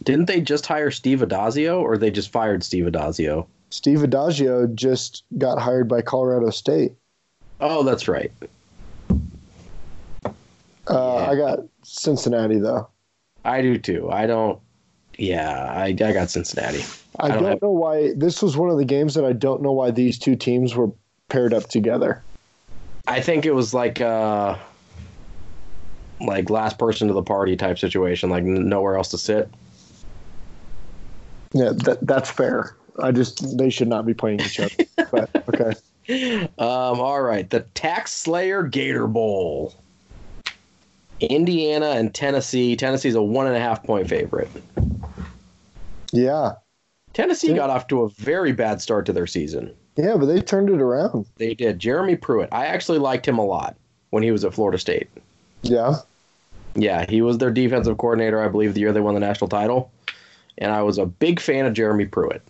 Speaker 1: Didn't they just hire Steve Adazio or they just fired Steve Adazio?
Speaker 2: Steve Adagio just got hired by Colorado State.
Speaker 1: Oh, that's right.
Speaker 2: Uh,
Speaker 1: Yeah.
Speaker 2: I got Cincinnati though.
Speaker 1: I do too. I don't. Yeah, I, I got Cincinnati.
Speaker 2: I,
Speaker 1: don't
Speaker 2: don't,
Speaker 1: have-
Speaker 2: know why this was one of the games that I don't know why these two teams were paired up together.
Speaker 1: I think it was like uh like last person to the party type situation, like n- nowhere else to sit.
Speaker 2: Yeah, that, that's fair. I just they should not be playing each *laughs* other. but okay,
Speaker 1: Um, all right, the Tax Slayer Gator Bowl. Indiana and Tennessee. Tennessee's a one and a half point favorite.
Speaker 2: yeah,
Speaker 1: Tennessee
Speaker 2: Yeah.
Speaker 1: got off to a very bad start to their season.
Speaker 2: yeah, but they turned it around.
Speaker 1: They did. Jeremy Pruitt. I actually liked him a lot when he was at Florida State.
Speaker 2: Yeah,
Speaker 1: Yeah, he was their defensive coordinator, I believe, the year they won the national title. And I was a big fan of Jeremy Pruitt.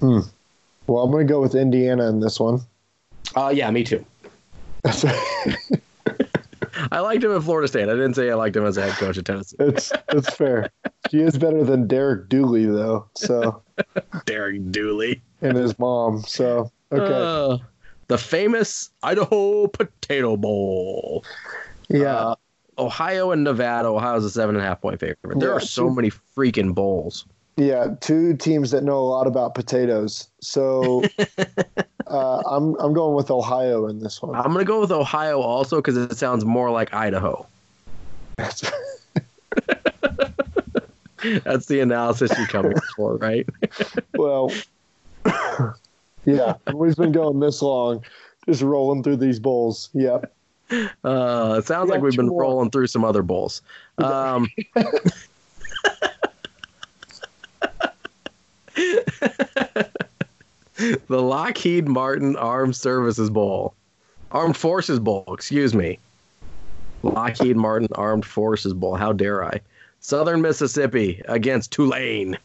Speaker 2: well, I'm gonna go with *laughs* Indiana in this one.
Speaker 1: Uh, yeah, me too.
Speaker 2: That's-
Speaker 1: I liked him at Florida State. I didn't say I liked him as a head coach at Tennessee.
Speaker 2: It's it's fair. He is better than Derek Dooley though. *laughs* So
Speaker 1: Derek Dooley.
Speaker 2: and his mom. So
Speaker 1: Uh,
Speaker 2: okay.
Speaker 1: the famous Idaho Potato Bowl.
Speaker 2: yeah.
Speaker 1: uh, Ohio and Nevada. Ohio's a seven and a half point favorite. There
Speaker 2: Yeah,
Speaker 1: are so
Speaker 2: two-
Speaker 1: many freaking bowls.
Speaker 2: Yeah, two teams that know a lot about potatoes. *laughs* So uh, I'm I'm going with Ohio in this one.
Speaker 1: I'm gonna go with Ohio also because it sounds more like Idaho.
Speaker 2: Ah. *laughs*
Speaker 1: That's the analysis you
Speaker 2: *laughs*
Speaker 1: come here for, right?
Speaker 2: well, *laughs* yeah, we've been going this long, just rolling through these bowls. Yep.
Speaker 1: Uh, it sounds
Speaker 2: We
Speaker 1: like
Speaker 2: got
Speaker 1: we've
Speaker 2: two
Speaker 1: been
Speaker 2: more.
Speaker 1: rolling through some other bowls.
Speaker 2: *laughs*
Speaker 1: Um, *laughs* the Lockheed Martin Armed Services Bowl, Armed Forces Bowl, excuse me. Lockheed Martin Armed Forces Bowl. How dare I? Southern Mississippi against Tulane.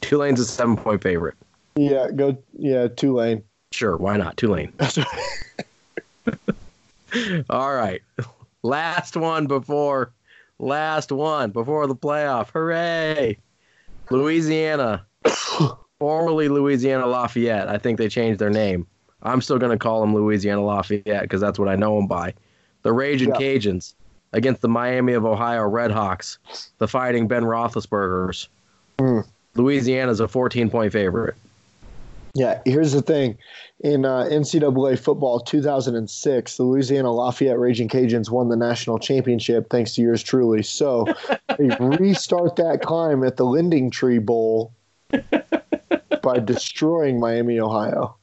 Speaker 1: Tulane's a seven point favorite.
Speaker 2: Yeah, go. Yeah, Tulane.
Speaker 1: Sure, why not? Tulane. All right. *laughs* Last one before last one before the playoff. Hooray.
Speaker 2: *coughs*
Speaker 1: Louisiana. formerly Louisiana Lafayette. I think they changed their name. I'm still going to call them Louisiana Lafayette because that's what I know them by. The Raging
Speaker 2: Yeah.
Speaker 1: Cajuns against the Miami of Ohio Redhawks, the Fighting Ben Roethlisbergers.
Speaker 2: Hmm.
Speaker 1: Louisiana's a 14 point favorite.
Speaker 2: Yeah, here's the thing. In uh, NCAA football 2006, the Louisiana Lafayette Raging Cajuns won the national championship thanks to yours truly. So they restart that climb at the Lending Tree Bowl by destroying Miami, Ohio.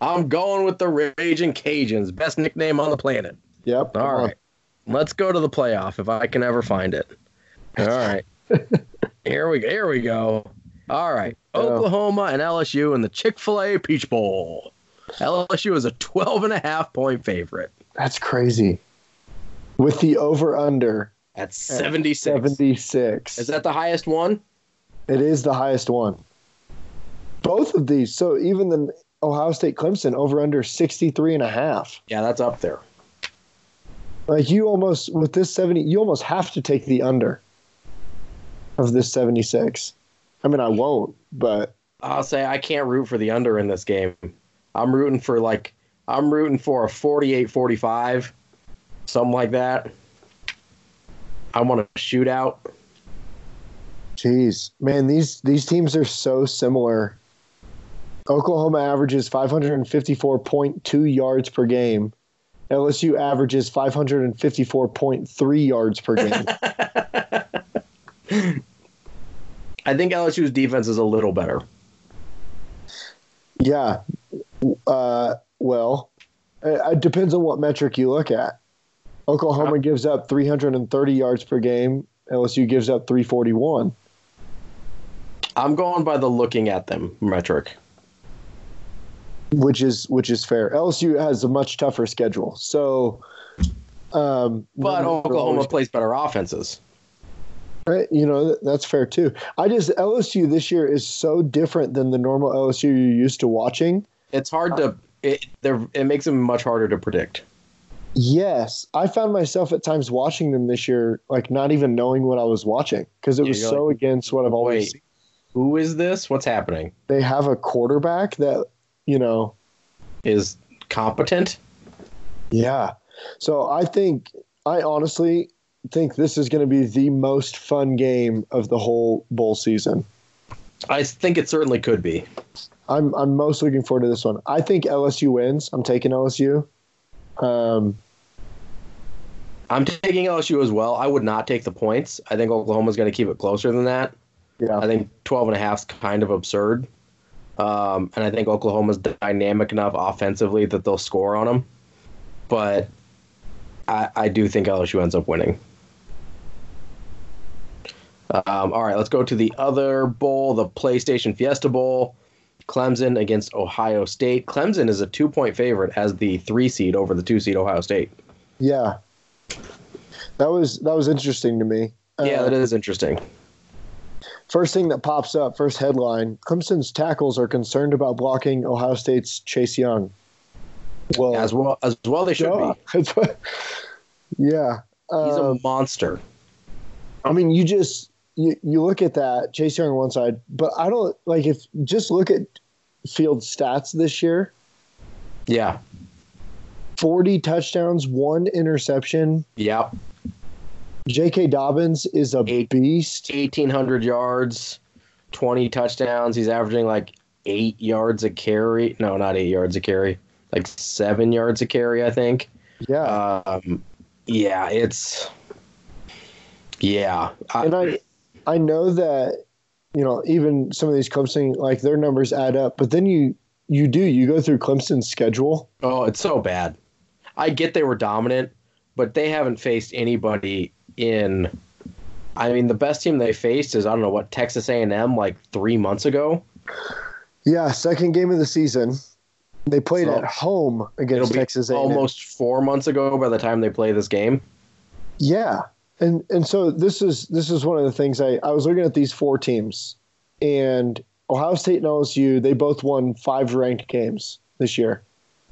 Speaker 1: I'm going with the Raging Cajuns, best nickname on the planet.
Speaker 2: Yep.
Speaker 1: All right. Let's go to the playoff if I can ever find it. All right. here we here we go. All right.
Speaker 2: Yeah.
Speaker 1: Oklahoma and LSU in the Chick-fil-A Peach Bowl. LSU is a 12 and a half point favorite
Speaker 2: That's crazy. With the over under
Speaker 1: at 76.
Speaker 2: 76.
Speaker 1: Is that the highest one?
Speaker 2: It is the highest one. Both of these. So even the Ohio State Clemson over under 63 and a half.
Speaker 1: Yeah, that's up there.
Speaker 2: Like you almost with this 70, you almost have to take the under of this 76. I mean, I won't, but
Speaker 1: I'll say I can't root for the under in this game. I'm rooting for like I'm rooting for a 48-45, something like that. I want a shootout.
Speaker 2: geez, man, these these teams are so similar. Oklahoma averages 554.2 yards per game. LSU averages 554.3 yards per game.
Speaker 1: I think LSU's defense is a little better.
Speaker 2: yeah. Uh, well, it, it depends on what metric you look at. Oklahoma gives up 330 yards per game. LSU gives up 341.
Speaker 1: I'm going by the looking at them metric.
Speaker 2: which is which is fair. LSU has a much tougher schedule, so. Um,
Speaker 1: But
Speaker 2: numbers are
Speaker 1: Oklahoma plays better offenses.
Speaker 2: always- you know, th- that's fair too. I just LSU this year is so different than the normal LSU you're used to watching.
Speaker 1: It's hard to it they're, it makes them much harder to predict.
Speaker 2: Yes, I found myself at times watching them this year, like not even knowing what I was watching because it
Speaker 1: Yeah,
Speaker 2: was
Speaker 1: you're
Speaker 2: so against what I've always.
Speaker 1: Wait.
Speaker 2: seen.
Speaker 1: Who is this? What's happening?
Speaker 2: They have a quarterback that you know
Speaker 1: Is competent?
Speaker 2: Yeah. So I think I honestly think this is going to be the most fun game of the whole bowl season.
Speaker 1: I think it certainly could be.
Speaker 2: I'm I'm most looking forward to this one. I think LSU wins. I'm taking LSU. Um,
Speaker 1: I'm taking LSU as well. I would not take the points. I think Oklahoma's going to keep it closer than that.
Speaker 2: yeah.
Speaker 1: I think 12 and a half is kind of absurd. Um, and I think Oklahoma's dynamic enough offensively that they'll score on them. But I, I do think LSU ends up winning. Um, all right, let's go to the other bowl, the PlayStation Fiesta Bowl. Clemson against Ohio State. Clemson is a two point favorite as the three seed over the two seed Ohio State.
Speaker 2: Yeah. That was that was interesting to me.
Speaker 1: yeah,
Speaker 2: Uh,
Speaker 1: that is interesting.
Speaker 2: First thing that pops up, first headline: Clemson's tackles are concerned about blocking Ohio State's Chase Young. Well,
Speaker 1: As well as well, they should
Speaker 2: *laughs* yeah,
Speaker 1: be.
Speaker 2: that's what- Yeah.
Speaker 1: He's
Speaker 2: Um,
Speaker 1: a monster.
Speaker 2: I mean, you just you, you look at that Chase Young on one side, but I don't like if just look at field stats this year:
Speaker 1: Yeah.
Speaker 2: forty touchdowns, one interception.
Speaker 1: Yep.
Speaker 2: J.K. Dobbins is a
Speaker 1: Eight.
Speaker 2: beast.
Speaker 1: 1,800 yards, 20 touchdowns. He's averaging like eight yards a carry. No, not eight yards a carry. Like seven yards a carry, I think.
Speaker 2: Yeah,
Speaker 1: Um, yeah, it's. Yeah. I,
Speaker 2: and I I know that you know even some of these Clemson like their numbers add up, but then you you do you go through Clemson's schedule.
Speaker 1: oh, it's so bad. I get they were dominant, but they haven't faced anybody in. I mean, the best team they faced is I don't know what Texas A&M like three months ago.
Speaker 2: Yeah, second game of the season, they played
Speaker 1: So-
Speaker 2: at home against Texas A&M.
Speaker 1: almost four months ago by the time they play this game.
Speaker 2: Yeah. And and so this is this is one of the things I, I was looking at these four teams and Ohio State and LSU, they both won five ranked games this year.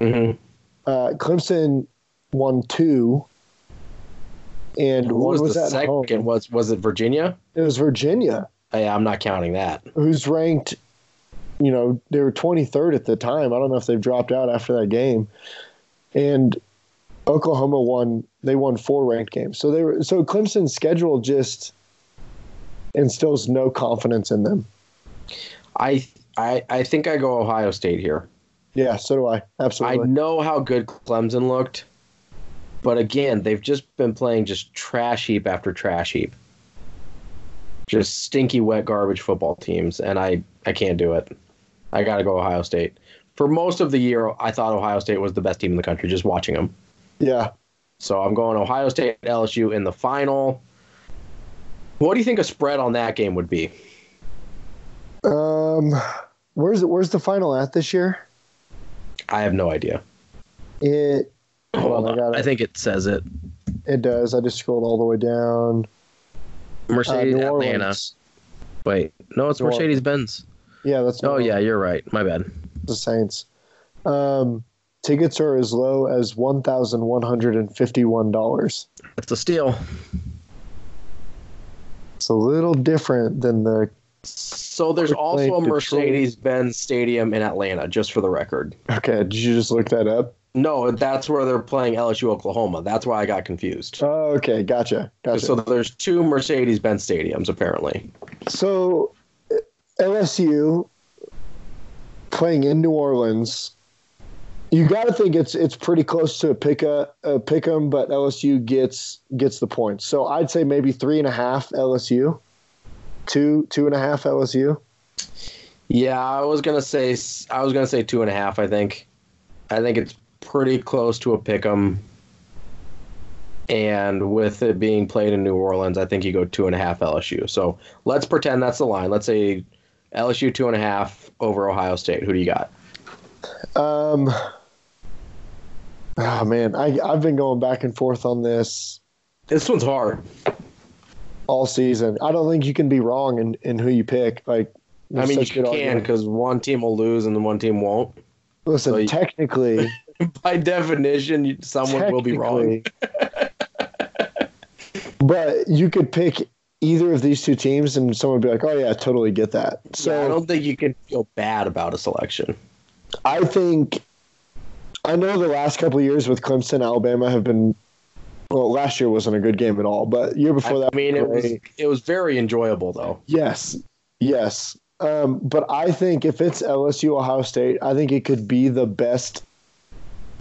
Speaker 1: hmm
Speaker 2: Uh, Clemson won two and
Speaker 1: Who
Speaker 2: one
Speaker 1: was,
Speaker 2: was,
Speaker 1: the
Speaker 2: at
Speaker 1: second?
Speaker 2: home.
Speaker 1: Was was it Virginia?
Speaker 2: It was Virginia,
Speaker 1: Hey, I'm not counting that.
Speaker 2: who's ranked you know, they were twenty third at the time. I don't know if they've dropped out after that game. And Oklahoma won they won four ranked games. So they were so Clemson's schedule just instills no confidence in them.
Speaker 1: I I I think I go Ohio State here.
Speaker 2: Yeah, so do I.
Speaker 1: I
Speaker 2: Absolutely.
Speaker 1: know how good Clemson looked, but again, they've just been playing just trash heap after trash heap. Just stinky wet garbage football teams, and I I can't do it. I got to go Ohio State. For most of the year, I thought Ohio State was the best team in the country. Just watching them.
Speaker 2: yeah.
Speaker 1: So I'm going Ohio State LSU in the final. What do you think a spread on that game would be?
Speaker 2: Um where's it where's the final at this year?
Speaker 1: I have no idea.
Speaker 2: It
Speaker 1: Hold
Speaker 2: Hold on, I
Speaker 1: on.
Speaker 2: got it.
Speaker 1: I think it says it.
Speaker 2: it does. I just scrolled all the way down. Uh,
Speaker 1: Mercedes
Speaker 2: New
Speaker 1: Atlanta.
Speaker 2: Orleans.
Speaker 1: Wait, no, it's
Speaker 2: New Orleans.
Speaker 1: Mercedes Benz.
Speaker 2: Yeah, that's
Speaker 1: Oh
Speaker 2: New
Speaker 1: yeah, you're right. My bad.
Speaker 2: the Saints. Um, tickets are as low as one thousand one hundred and fifty-one dollars.
Speaker 1: It's a steal.
Speaker 2: It's a little different than the.
Speaker 1: So there's
Speaker 2: Quick play,
Speaker 1: also a
Speaker 2: Detroit.
Speaker 1: Mercedes Benz Stadium in Atlanta, just for the record.
Speaker 2: Okay, did you just look that up?
Speaker 1: No, that's where they're playing LSU Oklahoma. That's why I got confused.
Speaker 2: Oh, okay, gotcha, gotcha.
Speaker 1: So
Speaker 2: So,
Speaker 1: there's two Mercedes Benz stadiums apparently.
Speaker 2: uh, LSU playing in New Orleans. You got to think it's it's pretty close to a pick a, a pick 'em, but LSU gets gets the points. So I'd say maybe three and a half LSU, two two and a half LSU.
Speaker 1: Yeah, I was gonna say s- I was gonna say two and a half. I think, I think it's pretty close to a pick 'em. And with it being played in New Orleans, I think you go two and a half LSU. So let's pretend that's the line. Let's say LSU two and a half over Ohio State. Who do you got?
Speaker 2: Um. Oh man, I I've been going back and forth on this
Speaker 1: This one's hard.
Speaker 2: all season. I don't think you can be wrong in, in who you pick. Like,
Speaker 1: I
Speaker 2: there's
Speaker 1: mean, you
Speaker 2: such good
Speaker 1: can
Speaker 2: argument.
Speaker 1: because one team will lose and one team won't.
Speaker 2: Listen,
Speaker 1: so you-
Speaker 2: technically,
Speaker 1: By definition, you- *laughs* someone will be wrong.
Speaker 2: technically, but you could pick either of these two teams, and someone would be like, "Oh yeah, I totally get that."
Speaker 1: So
Speaker 2: So
Speaker 1: I don't think you can feel bad about a selection.
Speaker 2: I think I know the last couple of years with Clemson, Alabama have been. Well, last year wasn't a good game at all, but year before that,
Speaker 1: I mean, it was
Speaker 2: great.
Speaker 1: it was very enjoyable though.
Speaker 2: Yes, yes. Um, but I think if it's LSU Ohio State, I think it could be the best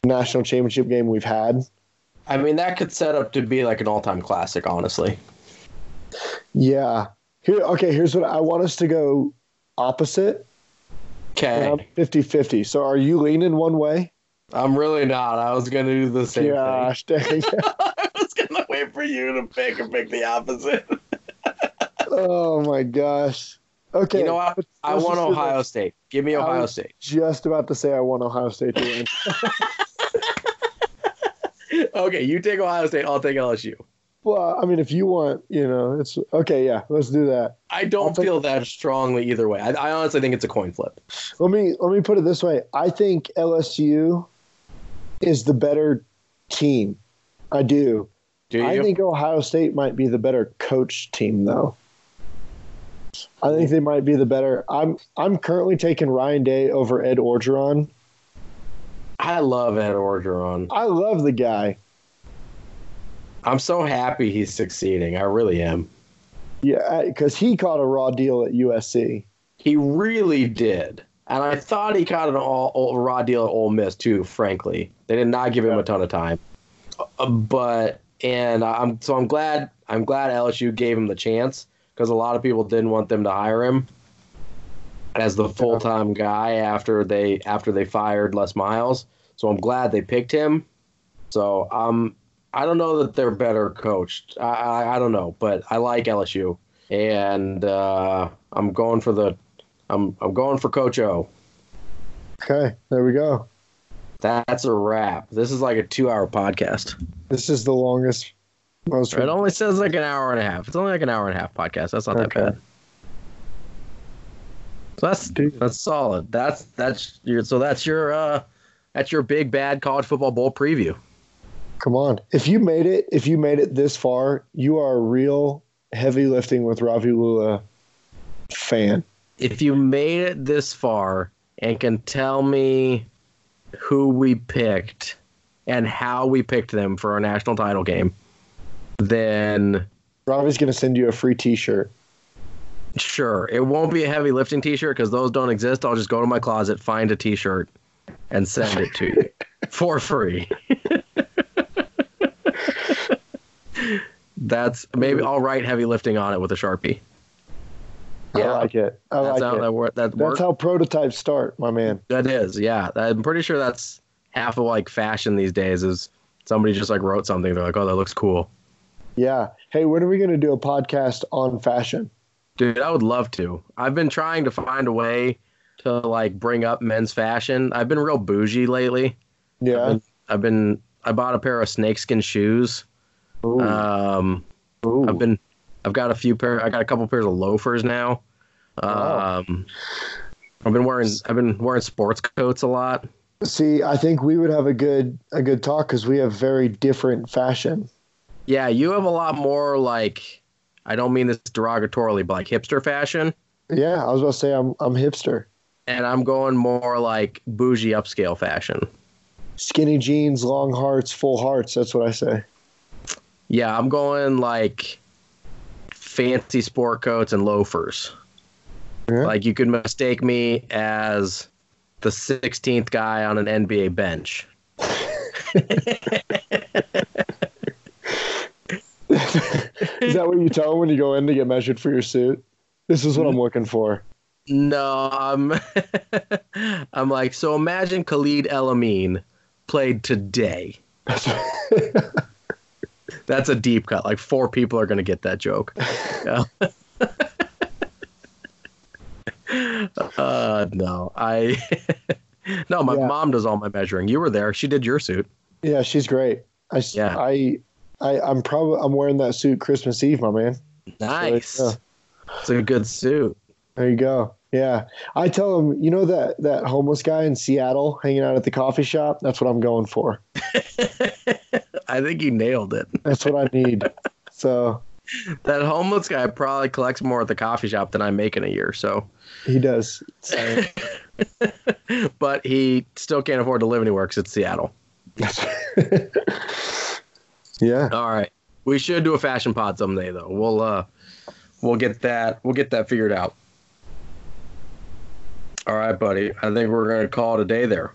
Speaker 2: national championship game we've had.
Speaker 1: I mean, that could set up to be like an all-time classic, honestly.
Speaker 2: Yeah. Here, okay. Here's what I want us to go opposite.
Speaker 1: Okay,
Speaker 2: and I'm 50-50. So are you leaning one way?
Speaker 1: I'm really not. I was gonna do the same thing.
Speaker 2: Gosh, dang.
Speaker 1: *laughs*
Speaker 2: *laughs*
Speaker 1: I was gonna wait for you to pick and pick the opposite.
Speaker 2: oh my gosh. Okay.
Speaker 1: You know what? I
Speaker 2: let's
Speaker 1: want
Speaker 2: just do
Speaker 1: Ohio
Speaker 2: this.
Speaker 1: State. Give me
Speaker 2: I
Speaker 1: Ohio
Speaker 2: was-
Speaker 1: State.
Speaker 2: Just about to say I want Ohio State to win.
Speaker 1: Okay, you take Ohio State. I'll take LSU.
Speaker 2: well, I mean, if you want, you know, it's okay. Yeah, let's do that.
Speaker 1: I
Speaker 2: I'll
Speaker 1: don't
Speaker 2: take-
Speaker 1: feel that strongly either way. I, I honestly think it's a coin flip.
Speaker 2: Let me let me put it this way. I think LSU is the better team. I do.
Speaker 3: Do you?
Speaker 2: I think Ohio State might be the better coach team, though. I think they might be the better. I'm I'm currently taking Ryan Day over Ed Orgeron.
Speaker 1: I love Ed Orgeron.
Speaker 2: I love the guy.
Speaker 1: I'm so happy he's succeeding. I really am.
Speaker 2: Yeah, because he caught a raw deal at USC.
Speaker 1: He really did. And I thought he caught an all, all raw deal at Ole Miss too. Frankly, they did not give him a ton of time. Uh, but and I'm so I'm glad I'm glad LSU gave him the chance because a lot of people didn't want them to hire him as the full time guy after they after they fired Les Miles. So I'm glad they picked him. So um, I don't know that they're better coached. I I, I don't know, but I like LSU, and uh, I'm going for the I'm I'm going for Coach O.
Speaker 2: Okay, there we go.
Speaker 1: That's a wrap. This is like a two hour podcast.
Speaker 2: This is the longest, most.
Speaker 1: It only says like an hour and a half. It's only like an hour and a half podcast. That's not
Speaker 2: Okay.
Speaker 1: that bad. So that's
Speaker 2: Dude.
Speaker 1: that's solid. That's that's your so that's your uh that's your big bad college football bowl preview.
Speaker 2: Come on, if you made it, if you made it this far, you are a real heavy lifting with Ravi Lula fan.
Speaker 1: If you made it this far and can tell me who we picked and how we picked them for our national title game, then
Speaker 2: Ravi's gonna send you a free T-shirt.
Speaker 1: Sure. It won't be a heavy lifting t shirt because those don't exist. I'll just go to my closet, find a t shirt, and send it to
Speaker 2: *laughs*
Speaker 1: you for free. That's maybe I'll write heavy lifting on it with a Sharpie.
Speaker 2: I like it. I
Speaker 1: that's
Speaker 2: like
Speaker 1: how
Speaker 2: it.
Speaker 1: that, wor- that
Speaker 2: That's
Speaker 1: works.
Speaker 2: how prototypes start, my man.
Speaker 1: that is, yeah. I'm pretty sure that's half of like fashion these days is somebody just like wrote something. They're like, oh, that looks cool.
Speaker 2: Yeah. Hey, when are we gonna do a podcast on fashion?
Speaker 1: Dude, I would love to. I've been trying to find a way to like bring up men's fashion. I've been real bougie lately.
Speaker 2: Yeah.
Speaker 1: I've been I bought a pair of snakeskin shoes.
Speaker 2: Ooh.
Speaker 1: Um,
Speaker 2: Ooh.
Speaker 1: I've been I've got a few pair I got a couple pairs of loafers now.
Speaker 2: Wow.
Speaker 1: Um, I've been wearing I've been wearing sports coats a lot.
Speaker 2: See, I think we would have a good a good talk because we have very different fashion.
Speaker 1: Yeah, you have a lot more like I don't mean this derogatorily, but like hipster fashion,
Speaker 2: Yeah, I was about to say I'm I'm hipster.
Speaker 1: and I'm going more like bougie upscale fashion.
Speaker 2: Skinny jeans, long hearts, full hearts. That's what I say.
Speaker 1: Yeah, I'm going like fancy sport coats and loafers.
Speaker 2: Yeah.
Speaker 1: Like you could mistake me as the 16th guy on an NBA bench.
Speaker 2: Is that what you tell them when you go in to get measured for your suit? This is what I'm looking for.
Speaker 1: No, I'm *laughs* I'm like so imagine Khalid El Amin played today. *laughs* That's a deep cut. Like four people are going to get that
Speaker 2: *laughs*
Speaker 1: joke. *laughs* uh no, I *laughs* No, my
Speaker 2: Yeah.
Speaker 1: mom does all my measuring. You were there. She did your suit.
Speaker 2: Yeah, she's great. I s-
Speaker 1: Yeah.
Speaker 2: I, I I'm probably I'm wearing that suit Christmas Eve, my man.
Speaker 1: Nice.
Speaker 2: yeah.
Speaker 1: It's a good suit.
Speaker 2: There you go. Yeah. I tell him, you know that that homeless guy in Seattle hanging out at the coffee shop? That's what I'm going for.
Speaker 1: I think you nailed it.
Speaker 2: That's what I need. so
Speaker 1: That homeless guy probably collects more at the coffee shop than I make in a year. So,
Speaker 2: he does. So, *laughs*
Speaker 1: but he still can't afford to live anywhere because it's Seattle.
Speaker 2: yeah.
Speaker 1: All right, we should do a fashion pod someday though. We'll uh, we'll get that we'll get that figured out. All right, buddy. I think we're gonna call it a day there.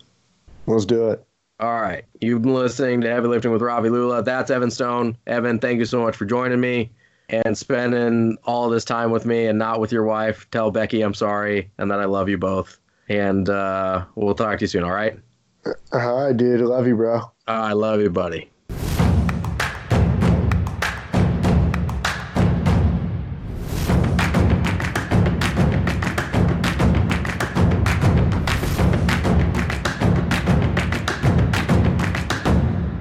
Speaker 2: Let's do it.
Speaker 1: All right. You've been listening to Heavy Lifting with Robbie Lula. That's Evan Stone. Evan, thank you so much for joining me and spending all this time with me and not with your wife. Tell Becky I'm sorry and that I love you both. And uh, we'll talk to you soon. All right.
Speaker 2: All right, dude. I love you, bro.
Speaker 1: I love you, buddy.